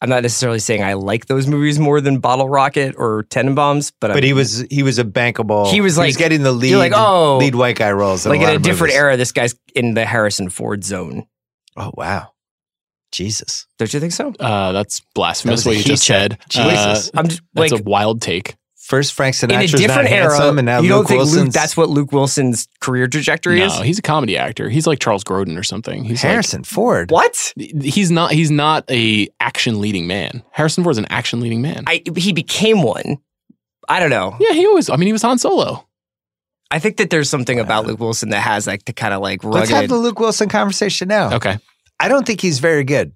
i'm not necessarily saying i like those movies more than bottle rocket or tenenbaums but,
But
I'm,
he was he was a bankable.
He was like-
getting the lead
you're like, oh.
lead white guy roles.
like in
lot
a
of
different
movies.
era this guy's in the harrison ford zone
Oh wow. Jesus.
don't you think so
Uh, that's blasphemous.
That was a
what you
heat
just
check.
said.
Jesus.
Uh,
i'm just
that's
like
a wild take.
First Frank
in a
Sinatra's not
different era.
handsome, and now
you don't
Luke
think Luke,
Wilson's-
that's what Luke Wilson's career trajectory
no,
is?
he's a comedy actor. He's like Charles Grodin or something. He's
Harrison Ford.
What?
Like, he's not. He's not a action leading man. Harrison Ford's an action leading man.
I he became one. I don't know.
yeah, he always. I mean, he was Han Solo.
I think that there's something about Luke Wilson that has like the kind of like
Let's have
rugged
the Luke Wilson conversation now.
Okay,
I don't think he's very good.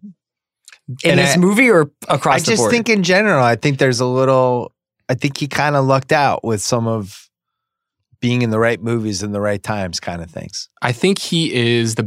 in
and
this
I-
movie or across
I
the
just
board.
think in general, I think there's a little. I think he kind of lucked out with some of being in the right movies in the right times, kind of things.
I think he is the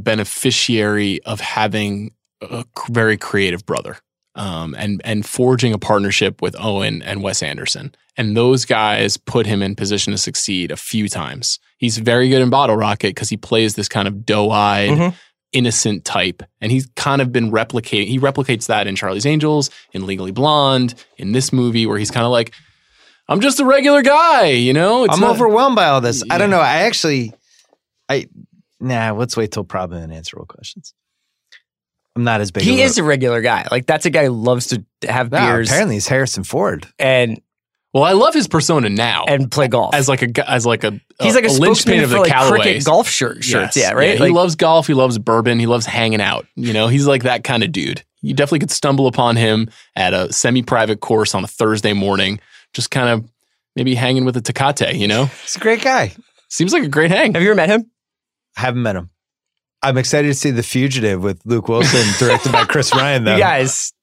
beneficiary of having a c- very creative brother, um, and and forging a partnership with Owen and Wes Anderson, and those guys put him in position to succeed a few times. He's very good in Bottle Rocket because he plays this kind of doe-eyed,
Mhm.
innocent type, and he's kind of been replicating. He replicates that in Charlie's Angels, in Legally Blonde, in this movie where he's kind of like, "I'm just a regular guy," you know.
I'm
not-
overwhelmed by all this. I don't
Yeah.
know. I actually, I nah. Let's wait till probably and answer all questions. I'm not as big.
he
of
is a regular guy. Like that's a guy who loves to have
No,
beers
apparently, he's Harrison Ford.
and
Well, I love his persona now
and play golf.
as like a gu- as like a
He's like a,
linchpin
spokesman
of
for
the
like
Callaways.
cricket golf shirt shirts.
Yes.
Yeah, right.
he
Like,
loves golf. He loves bourbon. He loves hanging out. You know, he's like that kind of dude. You definitely could stumble upon him at a semi-private course on a Thursday morning, just kind of maybe hanging with a Tecate. You know,
He's a great guy.
seems like a great hang.
have you ever met him?
I haven't met him. I'm excited to see The Fugitive with Luke Wilson, directed by Chris Ryan, though.
You guys,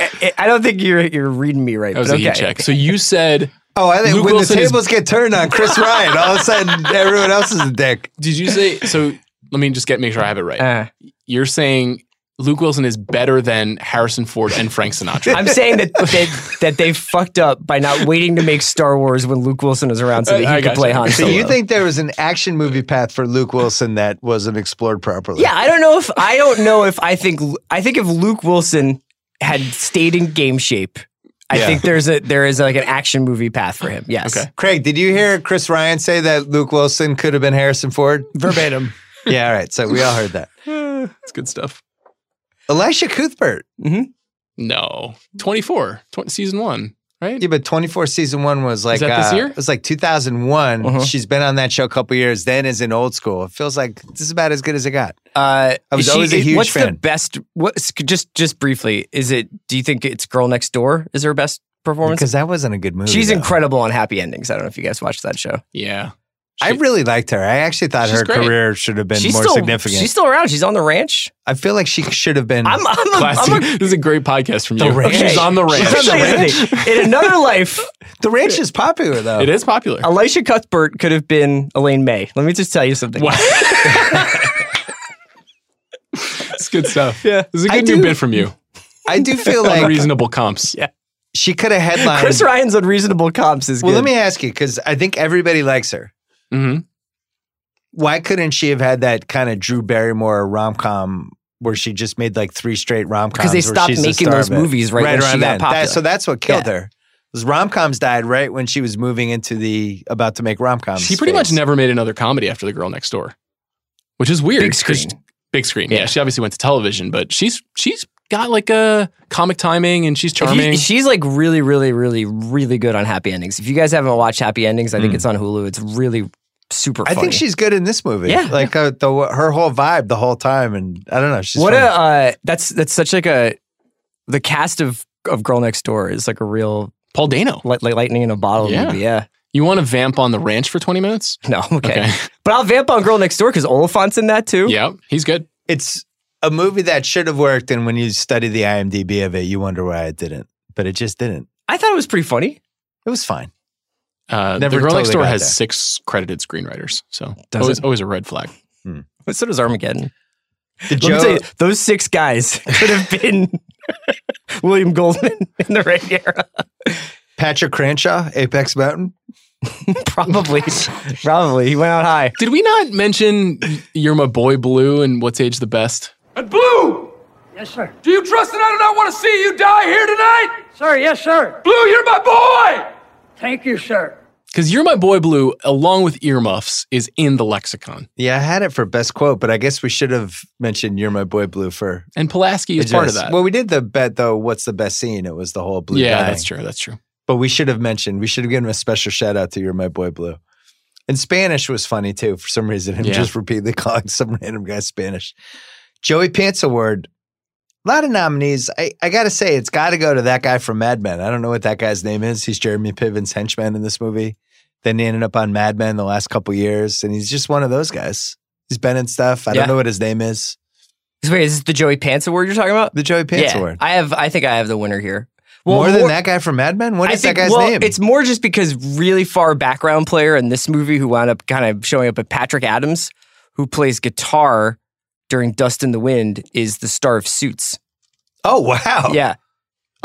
I, I don't think you're you're reading me right.
That was
but
a heat
okay.
check. So you said,
Oh, I think
Luke
when
Wilson
the
is-
tables get turned on Chris Ryan, all of a sudden everyone else is a dick.
did you say? So let me just get make sure I have it right.
Uh,
You're saying Luke Wilson is better than Harrison Ford and Frank Sinatra.
I'm saying that they, that they fucked up by not waiting to make Star Wars when Luke Wilson was around so that he
I- I
could
gotcha.
play Han
So
Solo.
you think there was an action movie path for Luke Wilson that wasn't explored properly?
Yeah, I don't know if I don't know if I think I think if Luke Wilson had stayed in game shape, I think there's a there is like an action movie path for him. Yes.
Okay.
Craig, did you hear Chris Ryan say that Luke Wilson could have been Harrison Ford?
verbatim.
yeah, all right. So we all heard that.
It's good stuff.
Elisha Cuthbert.
No, 24, 20, season one, right?
Yeah, but 24 season one was like
that this
uh,
year? Uh-huh.
It was like 2001. She's been on that show a couple years. Then is in old school. It feels like this is about as good as it got.
Uh,
I was
is
always a huge
what's the
fan.
best? What's just just briefly? Is it? Do you think it's Girl Next Door? Is her best performance?
Because that wasn't a good movie.
She's
though.
incredible on Happy Endings. I don't know if you guys watched that show.
yeah.
I really liked her. I actually thought
She's
her
great.
career should have been
she's
more
still
significant.
she's still around. She's on the ranch.
I feel like she should have been.
I'm I'm a,
Classic.
I'm a
this is a great podcast from you.
ranch.
She's on the ranch.
Let me tell you something. In another life,
the ranch is popular though.
It is popular.
Elisha Cuthbert could have been Elaine May. Let me just tell you something.
Wow. it's good stuff.
Yeah.
This is a
I
good new
do-
bit from you.
I do feel like
Unreasonable comps.
Yeah.
she could have headlined.
Chris Ryan's unreasonable comps is
well,
good.
let me ask you because I think everybody likes her.
Mm-hmm.
hmm
Why couldn't she have had that kind of Drew Barrymore rom com where she just made like three straight rom coms?
Because they stopped making those movies right, when she got popular.
so that's what killed
Yeah.
her. Those rom coms died right when she was moving into the about to make rom coms.
She pretty much never made another comedy after The Girl Next Door, which is weird.
Big
'cause-
screen.
Big screen. Yeah. She obviously went to television, but she's she's got like a comic timing and she's
If you-
charming.
she's like really, really, really, really good on Happy Endings. If you guys haven't watched Happy Endings, I think it's on Hulu. It's really super.
Hmm. I
Funny.
think she's good in this movie.
Yeah.
like uh, the her whole vibe the whole time, and I don't know. She's
what
funny.
a uh, that's that's such like a the cast of of Girl Next Door is like a real
Paul Dano.
light, like lightning in a bottle
Yeah.
movie. Yeah,
You want to vamp on the ranch for 20 minutes?
no, okay.
Okay.
But I'll vamp on Girl Next Door because Oliphant's in that too.
Yeah. He's good.
it's a movie that should have worked, and when you study the IMDb of it, you wonder why it didn't. But it just didn't.
I thought it was pretty funny.
It was fine.
Uh,
Never
the Girl Next
totally
Door
got
has
there.
six credited screenwriters. So
Does
always,
it?
always a red flag.
But so does Armageddon.
The
Let me
Joe-
tell you, those six guys could have been William Goldman in the right era.
Patrick Cranshaw, Apex Mountain.
Probably. Probably. He went out high.
Did we not mention You're My Boy Blue and What's Age the Best?
And Blue! Yes,
sir.
Do you trust that I do not want to see you die here tonight?
Sir, yes, sir.
Blue, you're my boy!
Thank you, sir.
Because You're My Boy Blue, along with Earmuffs, is in the lexicon.
Yeah, I had it for best quote, but I guess we should have mentioned "You're My Boy Blue" for
And Pulaski is part of
Yes.
that.
Well, we did the bet though. What's the best scene? It was the whole blue.
yeah,
dying.
that's true. That's true.
But we should have mentioned. We should have given a special shout out to "You're My Boy Blue." And Spanish was funny too for some reason. Him
Yeah.
just repeatedly calling some random guy Spanish. Joey Pants Award. A lot of nominees. I, I gotta say, it's got to go to that guy from Mad Men. I don't know what that guy's name is. He's Jeremy Piven's henchman in this movie. Then he ended up on Mad Men the last couple years, and he's just one of those guys. He's been in stuff. I
Yeah.
don't know what his name is.
Wait, is this the Joey Pants Award you're talking about?
The Joey Pants Award.
I have I think I have the winner here.
more than that guy from Mad Men? What
I
is
think,
that guy's
well,
name?
It's more just because really far background player in this movie who wound up kind of showing up at Patrick Adams, who plays guitar during Dust in the Wind, is the star of Suits.
oh wow.
Yeah.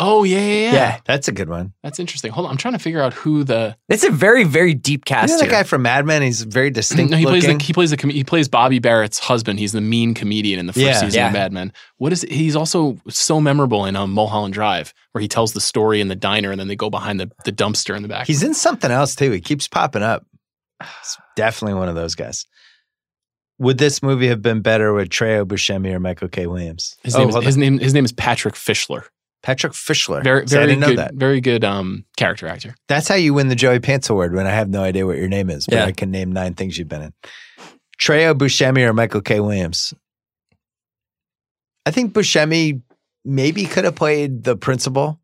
Oh, yeah, yeah, yeah.
Yeah.
That's a good one.
That's interesting. Hold on. I'm trying to figure out who the.
That's a very, very deep
You
cast.
know that
here.
guy from Mad Men? He's very distinct
No, he plays
looking.
the he plays the com- he plays Bobby Barrett's husband. He's the mean comedian in the first
Yeah.
season
Yeah.
of Mad Men. What is he's also so memorable in um, Mulholland Drive, where he tells the story in the diner and then they go behind the, the dumpster in the back.
He's in something else too. He keeps popping up. He's definitely one of those guys. Would this movie have been better with Trey Buscemi or Michael K. Williams?
his
Oh,
name
hold
is, his name his name is Patrick Fischler.
Patrick Fischler.
Very,
See, I
very
didn't know
good,
that.
very good um, character actor.
That's how you win the Joey Pants Award when I have no idea what your name is, but
Yeah.
I can name nine things you've been in. Treo Buscemi or Michael K. Williams? I think Buscemi maybe could have played the principal.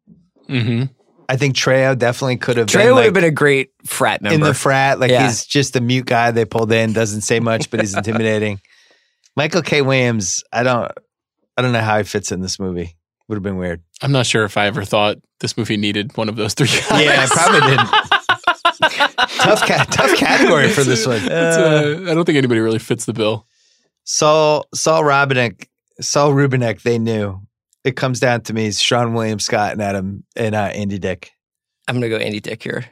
Mm-hmm.
I think Treo definitely could have
Trey
been,
would have
like,
been a great frat member.
in the frat. Like
Yeah.
he's just a mute guy they pulled in, doesn't say much, but he's intimidating. Michael K. Williams, I don't I don't know how he fits in this movie. Would have been weird.
I'm not sure if I ever thought this movie needed one of those three guys.
Yeah, I probably didn't. tough cat tough category for this one.
It's, uh, I don't think anybody really fits the bill.
Saul Saul Robinek, Saul Rubinek, they knew. It comes down to me is Sean William Scott and Adam and uh, Andy Dick.
I'm gonna go Andy Dick here.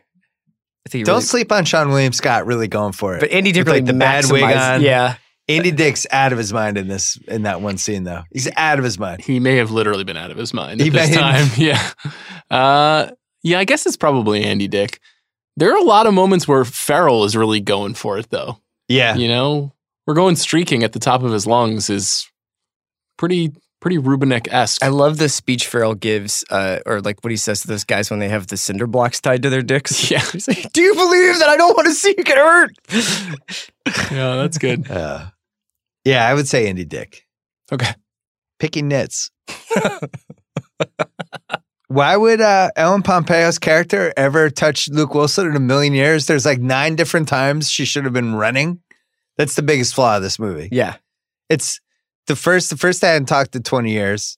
I think he
Don't
really-
sleep on Sean William Scott. Really going for it.
but Andy Dick
With,
really
like, the bad wig
maximized-
on.
Yeah,
Andy Dick's out of his mind in this in that one scene though. He's out of his mind.
He may have literally been out of his mind
He
at this
may-
time. Yeah. Uh, yeah, I guess it's probably Andy Dick. There are a lot of moments where Farrell is really going for it, though.
Yeah,
You know, we're going streaking at the top of his lungs is pretty pretty Rubinek esque.
I love the speech Farrell gives, uh, or like what he says to those guys when they have the cinder blocks tied to their dicks.
Yeah.
He's like, "Do you believe that I don't want to see you get hurt?"
Yeah, that's good.
Uh, yeah, I would say Andy Dick.
Okay.
Picking nits. Why would uh, Ellen Pompeo's character ever touch Luke Wilson in a million years? There's like nine different times she should have been running. That's the biggest flaw of this movie.
yeah,
It's the first the first I hadn't talked in 20 years.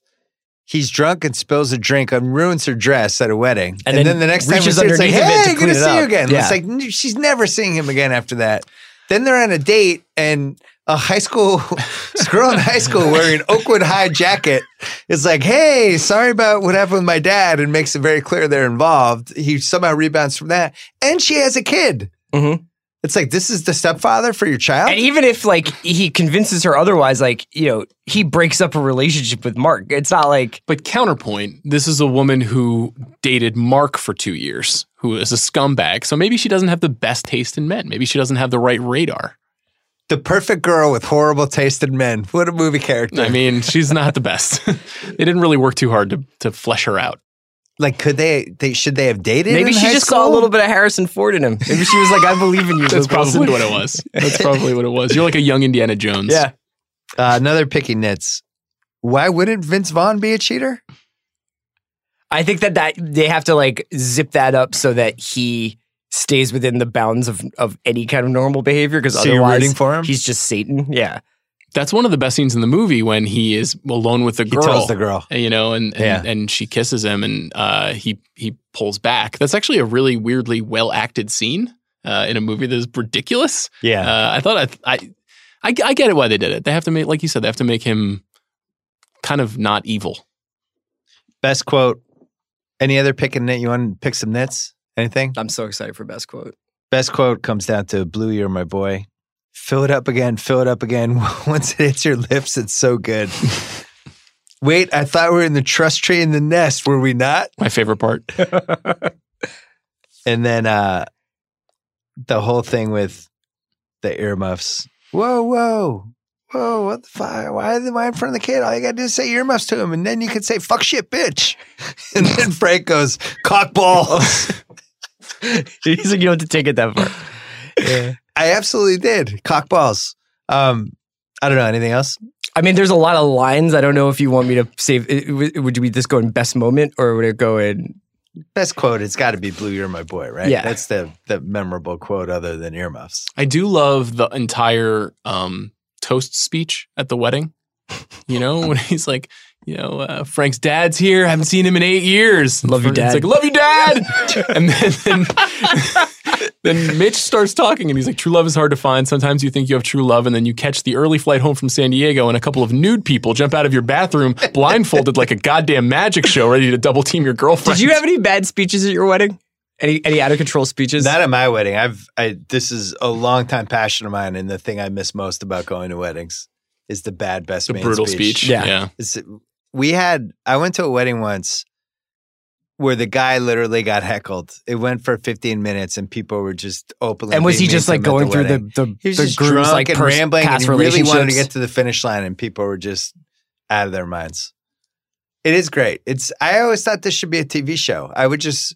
He's drunk and spills a drink and ruins her dress at a wedding. And,
then
then, the next time we
reaches
see her, it's like,
underneath of
hey,
it to
good to
clean it
see you
up."
again.
Yeah.
It's like n- she's never seeing him again after that. Then they're on a date and a high school this girl in high school wearing an Oakwood High jacket is like, hey, sorry about what happened with my dad, and makes it very clear they're involved. He somehow rebounds from that. And she has a kid.
Mhm.
It's like this is the stepfather for your child.
and even if like he convinces her otherwise, like you know, he breaks up a relationship with Mark. It's not like
But counterpoint, this is a woman who dated Mark for two years, who is a scumbag. So maybe she doesn't have the best taste in men. Maybe she doesn't have the right radar.
The perfect girl with horrible taste in men. What a movie character.
I mean, she's not the best. they didn't really work too hard to, to flesh her out.
like, could they, they, should they have dated?
maybe
in
she
high
just
school?
saw a little bit of Harrison Ford in him. Maybe she was like, "I believe in you."
That's
Luke Wilson."
probably what it was. That's probably what it was. You're like a young Indiana Jones.
Yeah.
Uh, another picky nits. Why wouldn't Vince Vaughn be a cheater?
I think that that they have to like zip that up so that he stays within the bounds of of any kind of normal behavior because
So you're
otherwise
rooting for him?
he's just Satan. Yeah.
That's one of the best scenes in the movie when he is alone with the
He
girl. uh,
tells the girl.
You know, and and,
Yeah.
and she kisses him and uh, he he pulls back. That's actually a really weirdly well acted scene uh, in a movie that is ridiculous.
Yeah.
Uh, I thought I, I I I get it why they did it. They have to make like you said, they have to make him kind of not evil.
Best quote. Any other pick and nit? You want to pick some nits? Anything?
Uh,
I'm so excited for best quote.
Best quote comes down to Blue, you're my boy. Fill it up again, fill it up again. Once it hits your lips, it's so good. Wait, I thought we were in the trust tree in the nest. Were we not?
My favorite part.
And then uh the whole thing with the earmuffs. Whoa, whoa. Whoa, what the fuck? Why, why in front of the kid? All you gotta do is say earmuffs to him, and then you can say fuck shit, bitch. And then Frank goes, cock balls.
he's like, you don't have to take it that far.
I absolutely did. Cock balls. Um, I don't know, anything else?
I mean, there's a lot of lines. I don't know if you want me to save. It, it- would you this go in best moment or would it go in?
Best quote, it's gotta be Blue, you're my boy, right?
Yeah.
That's the the memorable quote other than earmuffs.
I do love the entire um, toast speech at the wedding. You know, when he's like, you know, uh, Frank's dad's here. I haven't seen him in eight years.
Love you,
It's
Dad.
like, love you, dad. and then, then, then Mitch starts talking and he's like, true love is hard to find. Sometimes you think you have true love, and then you catch the early flight home from San Diego, and a couple of nude people jump out of your bathroom blindfolded like a goddamn magic show, ready to double team your girlfriend.
Did you have any bad speeches at your wedding? Any any out of control speeches?
Not at my wedding. I've I this is a long time passion of mine, and the thing I miss most about going to weddings is the bad best
the
man
brutal speech?
Yeah.
yeah.
It's- we had I went to a wedding once where the guy literally got heckled. It went for 15 minutes, and people were just openly.
and was he
being mean
just
to
like
him at
going through the
wedding.
the,
He was
the
just
groom's
drunk
like
and
pers-
rambling, and
past
he really wanted to
relationships?
get to the finish line, and people were just out of their minds. It is great. It's I always thought this should be a TV show. I would just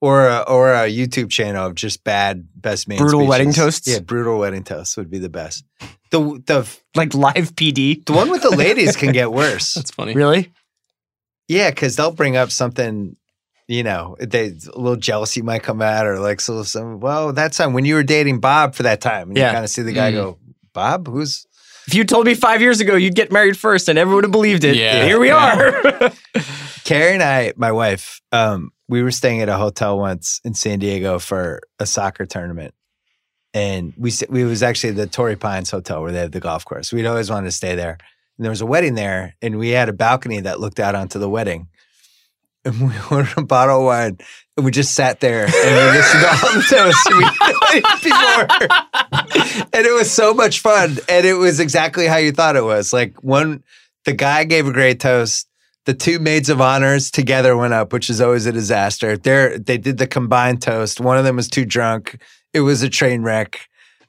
or a, or a YouTube channel of just bad best man
Brutal
speeches.
wedding toasts?
Yeah, brutal wedding toasts would be the best. The the
like live PD.
the one with the ladies can get worse.
That's funny.
Really?
Yeah, because they'll bring up something, you know, they a little jealousy might come out, or like so some. Well, that time when you were dating Bob for that time, and
Yeah.
you kind of see the guy
Mm.
go, Bob, who's
If you told me five years ago you'd get married first, and everyone would have believed it.
Yeah.
and here we
Yeah.
are.
Carrie and I, my wife, um, we were staying at a hotel once in San Diego for a soccer tournament, and we s- we was actually the Torrey Pines Hotel where they have the golf course. We'd always wanted to stay there, and there was a wedding there, and we had a balcony that looked out onto the wedding. And we ordered a bottle of wine, and we just sat there and we listened to all the toasts we before. And it was so much fun, and it was exactly how you thought it was. Like one, the guy gave a great toast the two maids of honors together went up, which is always a disaster. They're, they did the combined toast. One of them was too drunk. It was a train wreck.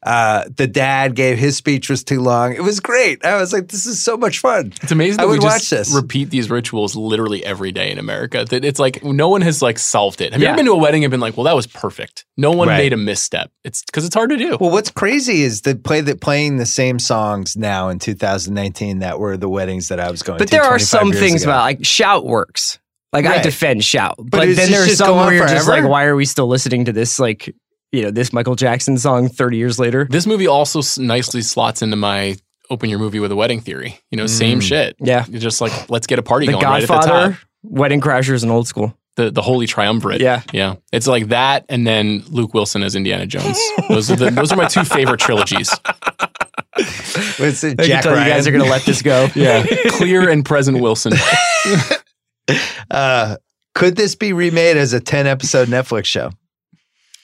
Uh, the dad gave his speech was too long. It was great. I was like, this is so much fun.
It's amazing that
I would
we
watch
just
this.
repeat these rituals literally every day in America. That it's like no one has like solved it. Have you
Yeah.
ever been to a wedding and been like, "Well, that was perfect. No one
Right.
made a misstep." It's because it's hard to do.
well, what's crazy is they play that playing the same songs now in 2019 that were the weddings that I was going.
but
to
there are
25
some
years
things
ago.
about like shout works. Like I
Right.
defend shout, but,
is
then
this
there's
just
some
go on
where you're just like,
forever?
why are we still listening to this? Like, you know, this Michael Jackson song 30 years later.
This movie also s- nicely slots into my open your movie with a wedding theory. You know, same
Mm.
shit.
Yeah,
It's just like let's get a party
The
going
Godfather,
right at the top.
Wedding Crashers, and Old School.
The the holy triumvirate.
Yeah.
yeah. It's like that, and then Luke Wilson as Indiana Jones. Those are the, those are my two favorite trilogies.
It's a
I
Jack
can tell you guys
Ryan.
are going to let this go.
Yeah, clear and present Wilson.
Uh, could this be remade as a 10 episode Netflix show?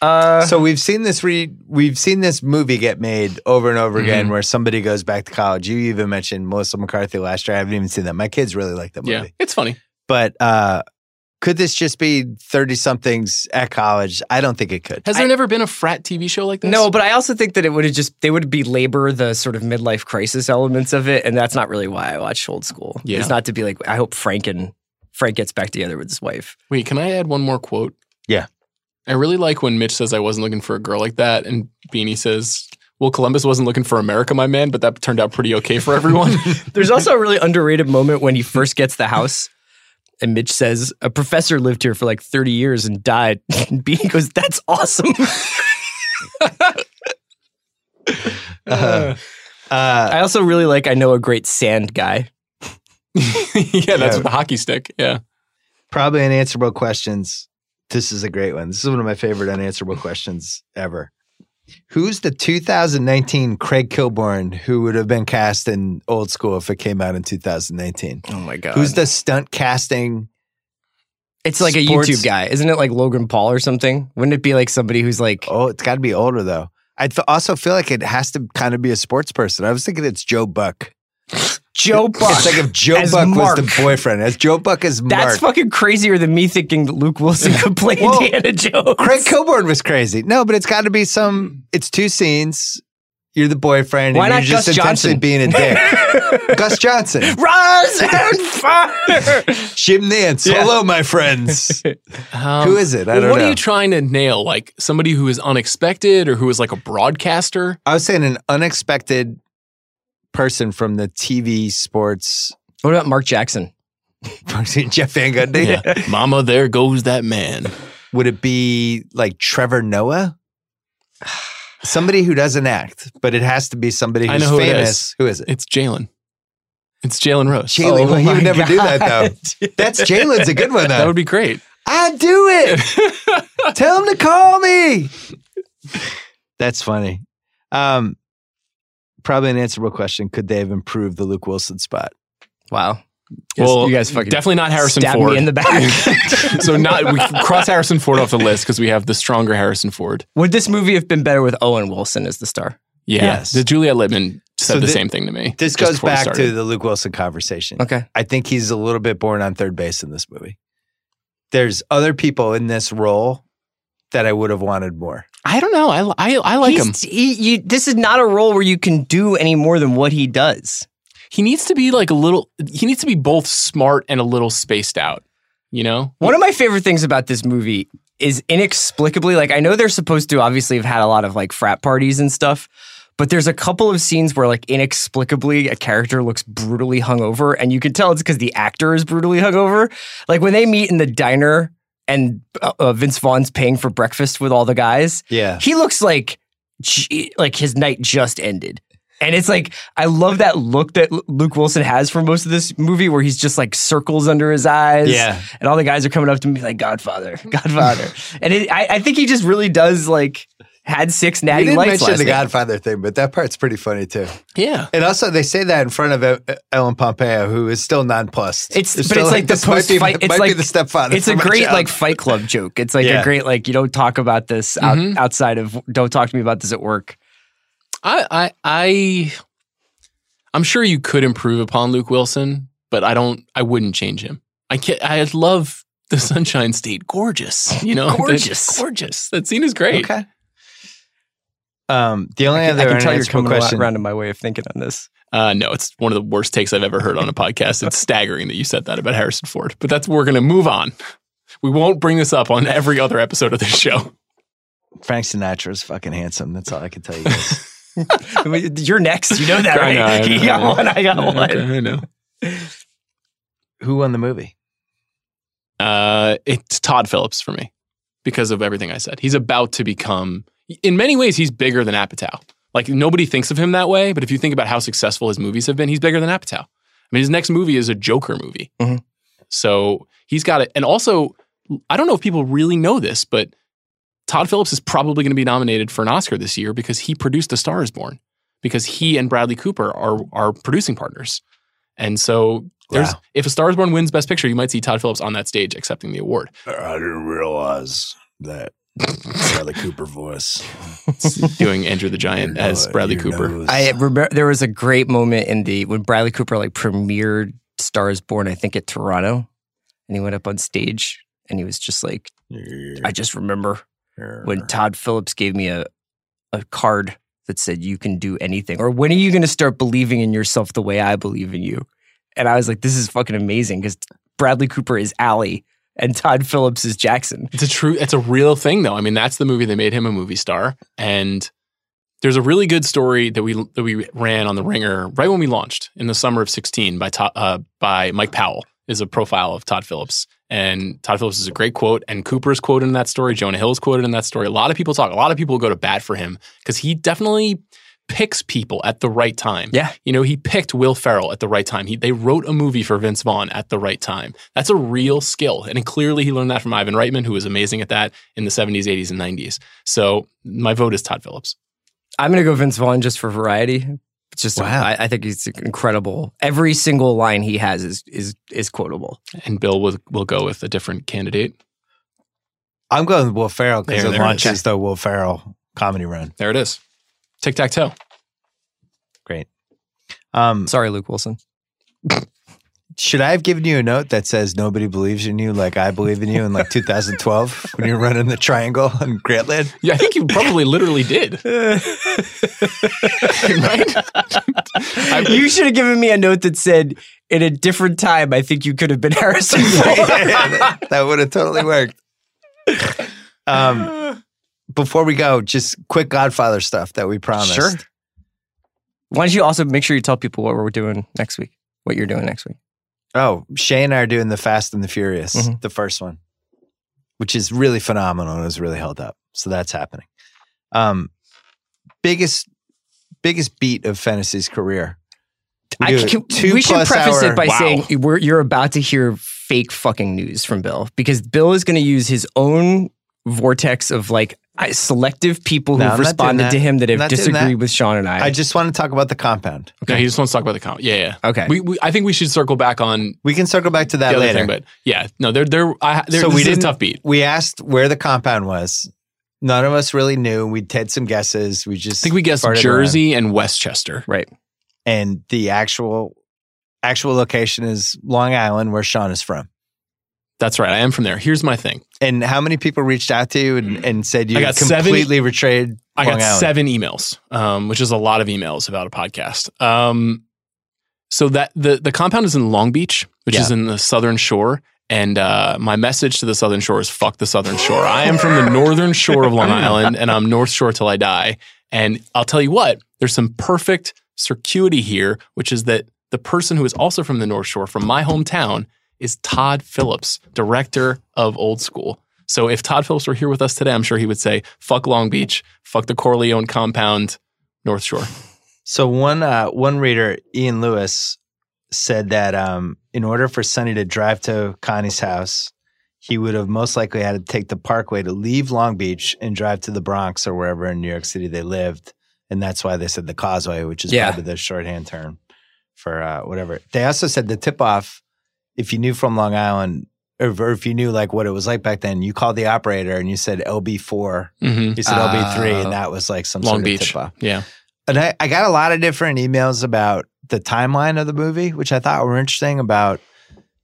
Uh,
so we've seen this re- we've seen this movie get made over and over
Mm-hmm.
again where somebody goes back to college. You even mentioned Melissa McCarthy last year. I haven't even seen that. My kids really like that movie.
Yeah, it's funny.
But uh could this just be 30 somethings at college? I don't think it could.
Has there never been a frat TV show like this?
no, but I also think that it would have just they would belabor the sort of midlife crisis elements of it, and that's not really why I watched Old School.
Yeah.
It's not to be like I hope Frank and Frank gets back together with his wife.
Wait, can I add one more quote?
Yeah.
I really like when Mitch says I wasn't looking for a girl like that, and Beanie says, Well, Columbus wasn't looking for America, my man, but that turned out pretty okay for everyone.
There's also a really underrated moment when he first gets the house. And Mitch says, a professor lived here for like 30 years and died. And Beanie goes, that's awesome.
Uh
I also really like, I know a great sand guy.
yeah, that's with the hockey stick. Yeah.
probably unanswerable questions. This is a great one. This is one of my favorite unanswerable questions ever. Who's the 2019 Craig Kilborn who would have been cast in old school if it came out in 2019?
Oh my God.
Who's the stunt casting?
it's like
sports-
a YouTube guy. Isn't it like Logan Paul or something? Wouldn't it be like somebody who's like,
Oh, it's got to be older though. I th- also feel like it has to kind of be a sports person. I was thinking it's Joe Buck.
Joe Buck?
It's like if Joe
as
Buck
Mark.
was the boyfriend. As Joe Buck is
That's
Mark.
fucking crazier than me thinking that Luke Wilson could play
Whoa.
Indiana Jones.
Craig Kilborn was crazy. No, but it's got to be
Hmm.
some. It's two scenes. You're the boyfriend.
Why
and
not
you're just
Gus
intentionally
Johnson?
being a dick. Gus Johnson,
Rise and fire.
Jim Nance. Hello, my friends.
Um,
Who is it? I
well,
don't
what
know.
are you trying to nail? Like somebody who is unexpected or who is like a broadcaster?
I was saying an unexpected person from the TV sports.
What about Mark Jackson?
Jeff Van Gundy.
Yeah. Mama, there goes that man.
Would it be like Trevor Noah? Somebody who doesn't act, but it has to be somebody
I
who's
know who it
famous.
is.
Who is it?
It's Jalen. It's Jalen Rose.
Jalen. well, he
my
would never do that
God.
though. That's Jalen's a good one
That
though.
would be great.
I do it. Tell him to call me. That's funny. Um, probably an answerable question. Could they have improved the Luke Wilson spot?
Wow.
Well,
you guys fucking
definitely not Harrison
stabbed
Ford.
me in the back.
so not we can cross Harrison Ford off the list because we have the stronger Harrison Ford.
Would this movie have been better with Owen Wilson as the star?
Yeah,
Yes.
the Juliet Littman said
So
the
thi-
same thing to me.
This
just
goes
before we
back
started.
to the Luke Wilson conversation.
Okay.
I think he's a little bit born on third base in this movie. There's other people in this role that I would have wanted more.
I don't know. I I, I like him.
He's- He, you, this is not a role where you can do any more than what he does.
he needs to be like a little. He needs to be both smart and a little spaced out. You know,
One of my favorite things about this movie is inexplicably like I know they're supposed to obviously have had a lot of like frat parties and stuff, but there's a couple of scenes where like inexplicably a character looks brutally hungover, and you can tell it's because the actor is brutally hungover. Like when they meet in the diner and uh, uh, Vince Vaughn's paying for breakfast with all the guys,
Yeah.
he looks like j- like his night just ended. And it's like I love that look that Lu- Luke Wilson has for most of this movie, where he's just like circles under his eyes,
Yeah.
And all the guys are coming up to me like Godfather, Godfather, and it, I, I think he just really does like had six
I
natty
didn't
lights
mention
last
the
night.
Godfather thing, but that part's pretty funny too.
yeah.
And also, they say that in front of E- Ellen Pompeo, who is still nonplussed.
It's, but
still
it's like the
this might
post
be-
fight. It's
might
like
be the stepfather.
It's a
for my
great
child.
like Fight Club joke. It's like
Yeah. Mm-hmm.
a great like you don't talk about this out,
Mhm.
outside of don't talk to me about this at work.
I, I, I, I'm sure you could improve upon Luke Wilson, but I don't. I wouldn't change him. I can't. I love the Sunshine State. Gorgeous, you know,
Gorgeous.
Oh, gorgeous. That scene is great.
Okay.
Um, the only
I can,
other
I can tell you're
unanswerable
coming
question.
around in my way of thinking on this.
Uh, no, it's one of the worst takes I've ever heard on a podcast. It's staggering that you said that about Harrison Ford. But that's we're going to move on. We won't bring this up on every other episode of this show.
Frank Sinatra is fucking handsome. That's all I can tell you. guys.
I mean, you're next. You know that,
I
right?
know, I know,
you
I
got
know.
one. I got one.
I know.
Who won the movie?
Uh, it's Todd Phillips for me because of everything I said. He's about to become, in many ways, he's bigger than Apatow. Like nobody thinks of him that way, but if you think about how successful his movies have been, he's bigger than Apatow. I mean, his next movie is a Joker movie,
Mhm.
so he's got it. And also, I don't know if people really know this, but Todd Phillips is probably going to be nominated for an Oscar this year because he produced *The Star Is Born*. Because he and Bradley Cooper are are producing partners, and so there's
Wow.
if *A Star Is Born* wins Best Picture, you might see Todd Phillips on that stage accepting the award.
I didn't realize that Bradley Cooper voice.
doing Andrew the Giant as Bradley Cooper.
I remember there was a great moment in the when Bradley Cooper like premiered Stars Born, I think at Toronto, and he went up on stage and he was just like, I just remember when Todd Phillips gave me a a card that said you can do anything, or when are you going to start believing in yourself the way I believe in you? And I was like, this is fucking amazing because Bradley Cooper is Allie and Todd Phillips is Jackson.
It's a true, it's a real thing though. I mean, that's the movie that made him a movie star. And there's a really good story that we that we ran on the Ringer right when we launched in the summer of 16 by To- uh, by Mike Powell is a profile of Todd Phillips. And Todd Phillips is a great quote, and Cooper's quoted in that story. Jonah Hill's quoted in that story. A lot of people talk. A lot of people go to bat for him because he definitely picks people at the right time.
Yeah.
you know, he picked Will Ferrell at the right time. He, they wrote a movie for Vince Vaughn at the right time. That's a real skill. And clearly he learned that from Ivan Reitman, who was amazing at that in the 70s, 80s, and 90s. So my vote is Todd Phillips.
I'm gonna go Vince Vaughn just for variety. It's Just
Wow.
I, I think he's incredible. Every single line he has is is is quotable.
And Bill will, will go with a different candidate.
I'm going with Will Ferrell because
There,
it
there.
launches the Will Ferrell comedy run.
There it is. Tic tac toe.
Um,
Sorry, Luke Wilson.
should I have given you a note that says nobody believes in you like I believe in you in like 2012 when you're running the triangle in Grantland?
Yeah, I think you probably literally did. right? I-
you should have given me a note that said, "In a different time, I think you could have been Harrison." Ford."
that would have totally worked. Um, before we go, just quick Godfather stuff that we promised.
Sure. Why don't you also make sure you tell people what we're doing next week? What you're doing next week?
Oh, Shay and I are doing the Fast and the Furious,
Mhm.
the first one, which is really phenomenal and is really held up. So that's happening. Um, biggest biggest beat of Fantasy's career. We do a
can-
two
we should
plus
preface
hour-
it by
Wow.
saying we're, you're about to hear fake fucking news from Bill because Bill is going to use his own vortex of like I- selective people
No,
who've
I'm not doing
responded
that.
to him that
I'm
have
not doing
disagreed
that.
with Sean and I.
I just want to talk about the compound.
No, he just wants to talk about the count. Yeah, yeah.
okay.
We, we, I think we should circle back on
We can circle back to
the
that
other
later.
thing, but yeah, no, they're, they're, I, they're
So
this
we
is a
didn't-
tough beat.
we asked where the compound was. None of us really knew. We did some guesses. We just
I think we guessed
farted
Jersey and Westchester.
right.
around. and the actual actual location is Long Island, where Sean is from.
That's right. I am from there. Here's my thing.
And how many people reached out to you and, and said you
Mm. I got seven-
completely betrayed
I
Long
got
Island?
seven emails, um, which is a lot of emails about a podcast. Um, So that the the compound is in Long Beach, which is in the Southern Shore. And uh, my message to the Southern Shore is fuck the Southern Shore. I am from the Northern Shore of Long
Ah.
Island, and I'm North Shore till I die. And I'll tell you what, there's some perfect circuity here, which is that the person who is also from the North Shore, from my hometown, is Todd Phillips, director of Old School. So if Todd Phillips were here with us today, I'm sure he would say, fuck Long Beach, fuck the Corleone compound, North Shore.
So one uh, one reader, Ian Lewis, said that um, in order for Sonny to drive to Connie's house, he would have most likely had to take the Parkway to leave Long Beach and drive to the Bronx or wherever in New York City they lived, and that's why they said the Causeway, which is
Yeah.
probably the shorthand term for uh, whatever. They also said the tip off, if you knew from Long Island. Or or if you knew like what it was like back then, you called the operator and you said LB 4
Mhm.
you said LB three,
Oh.
and that was like some
Ah. Long
sort of
Beach.
tip off.
Uh, Yeah.
And I, I got a lot of different emails about the timeline of the movie, which I thought were interesting about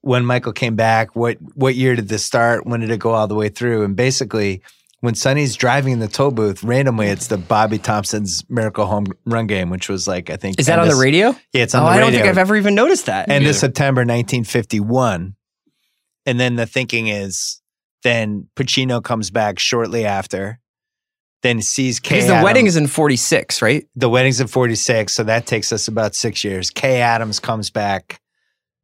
when Michael came back, what what year did this start, when did it go all the way through? And basically, when Sonny's driving in the tow booth, randomly it's the Bobby Thompson's Miracle Home Run game, which was like I think
Is that
end
on the
of-
radio?
Yeah, it's
oh,
on the
I
radio.
don't think I've ever even noticed that.
end
Yeah.
of September 1951. And then the thinking is then Pacino comes back shortly after, then sees Kay
Because the
Adams-
wedding is in 46, right?
the wedding's in 46 so that takes us about six years kay adams comes back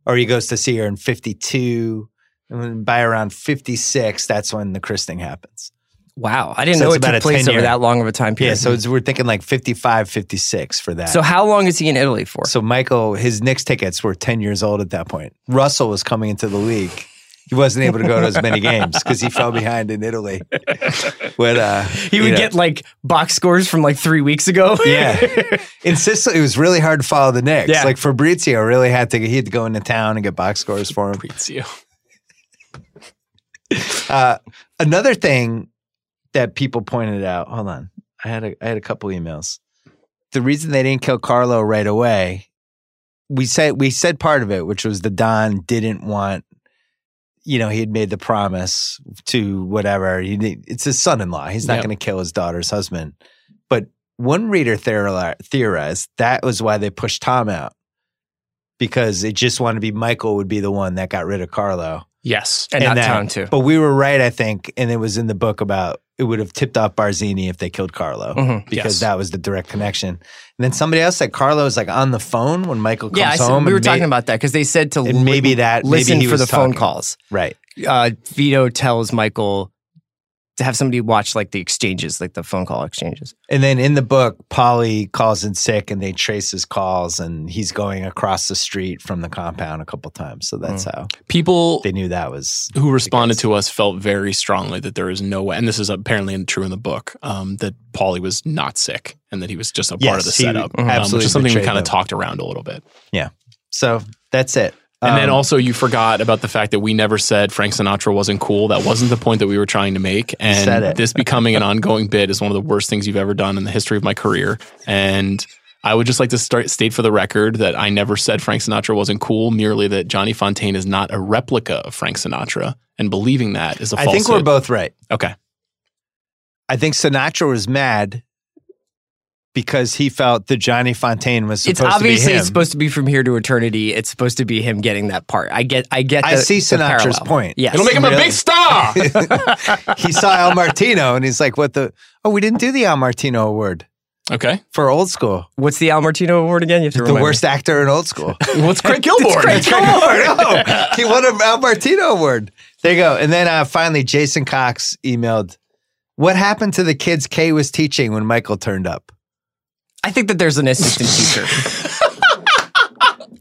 or he goes to see her in 52 and then by around 56 that's when the christening happens
Wow. I didn't
So
know
it's
it
about a
took place
10
over
year.
that long of a time
yeah
period.
so it's, we're thinking like 55 56 for that
So how long is he in Italy for?
so michael his Knicks tickets were 10 years old at that point russell was coming into the league he wasn't able to go to as many games because he fell behind in italy but uh
he
you
would
know.
get like box scores from like three weeks ago.
Yeah. In Sicily, it was really hard to follow the Knicks.
Yeah.
Like Fabrizio really had to, he had to go into town and get box scores for him.
Fabrizio.
Uh, another thing that people pointed out, hold on. I had a, I had a couple emails. The reason they didn't kill Carlo right away, we said, we said part of it, which was the Don didn't want, you know, he had made the promise to whatever. He, did- it's his son-in-law. He's not
Yep.
going to kill his daughter's husband. But one reader theori- theorized that was why they pushed Tom out because it just wanted to be Michael would be the one that got rid of Carlo.
Yes.
And, not
that-
town too.
But we were right, I think, and it was in the book about it would have tipped off Barzini if they killed Carlo
Mhm.
because
Yes.
that was the direct connection. And then somebody else said Carlo is like on the phone when Michael comes
Yeah, I said-
home.
we
and
were
ma-
talking about that because they said to
and maybe that- maybe
listen
he
for
was
the phone
talking.
calls.
right.
uh, Vito tells Michael to have somebody watch like the exchanges, like the phone call exchanges.
And then in the book, Polly calls in sick, and they trace his calls, and he's going across the street from the compound a couple times. So
Mm.
that's how
People
they knew that was
who responded to us felt very strongly that there is no way, and this is apparently true in the book, um, that Paulie was not sick and that he was just a part of
Yes,
the
he
setup, um, which
absolutely
is something we
betrayed
kind of
them.
talked around a little bit.
So that's it.
And then
Um,
also, you forgot about the fact that we never said Frank Sinatra wasn't cool. That wasn't the point that we were trying to make.
said
And
it.
this becoming an ongoing bit is one of the worst things you've ever done in the history of my career. And I would just like to start state for the record that I never said Frank Sinatra wasn't cool. Merely that Johnny Fontaine is not a replica of Frank Sinatra, and believing that is a
I
falsehood.
think we're both right.
okay.
I think Sinatra was mad because he felt that Johnny Fontaine was supposed
it's obviously
to be him.
it's supposed to be from here to eternity. It's supposed to be him getting that part. I get, I get.
I
the-
see
the
Sinatra's
parallel.
point.
Yes,
It'll make him a
Really?
big star.
he saw Al Martino and he's like, "What the? Oh, we didn't do the Al Martino award
okay.
for Old School.
What's the Al Martino Award again? You have to
The
remind me.
worst actor in Old School.
What's Craig Gilborn?
Oh, no. he won an Al Martino award. There you go. And then uh, finally, Jason Cox emailed, "What happened to the kids Kay was teaching when Michael turned up?"
I think that there's an assistant teacher.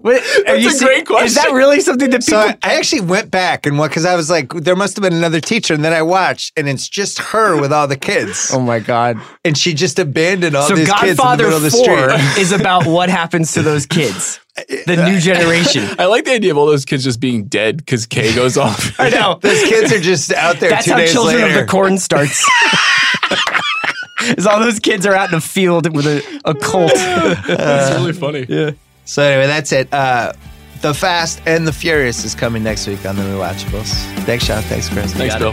What, That's
a great
Is that
question.
really something that
So
people?
I, I actually went back and what because I was like, there must have been another teacher, and then I watched, and it's just her with all the kids,
oh my god!
and she just abandoned all
So
these kids in the
Godfather
middle of the
Four
street.
is about what happens to those kids, the new generation.
I like the idea of all those kids just being dead because Kay goes off.
I know.
Those kids are just out there
That's
two
how
days
Children
later.
of the Corn starts. Is all those kids are out in a field with a, a cult.
That's really funny.
so anyway, that's it. Uh, the Fast and the Furious is coming next week on the Rewatchables. Thanks, Sean. Thanks, Chris.
Thanks, Bill.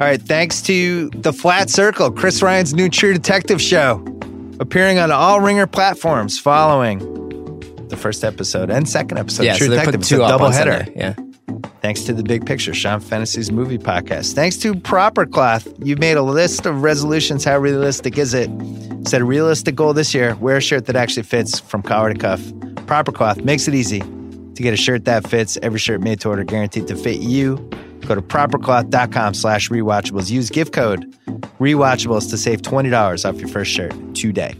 All right, thanks to The Flat Circle, Chris Ryan's new True Detective show, appearing on all Ringer platforms following the first episode and second episode.
yeah,
True
so they
Detective,
put
it's
two
a
up
double
on
header.
Sunday. Yeah.
Thanks to the Big Picture, Sean Fantasy's movie podcast. Thanks to Proper Cloth, you've made a list of resolutions. How realistic is it? Set a realistic goal this year. Wear a shirt that actually fits from collar to cuff. Proper Cloth makes it easy to get a shirt that fits. Every shirt made to order, guaranteed to fit you. Go to propercloth.com slash rewatchables. Use gift code rewatchables to save $20 off your first shirt today.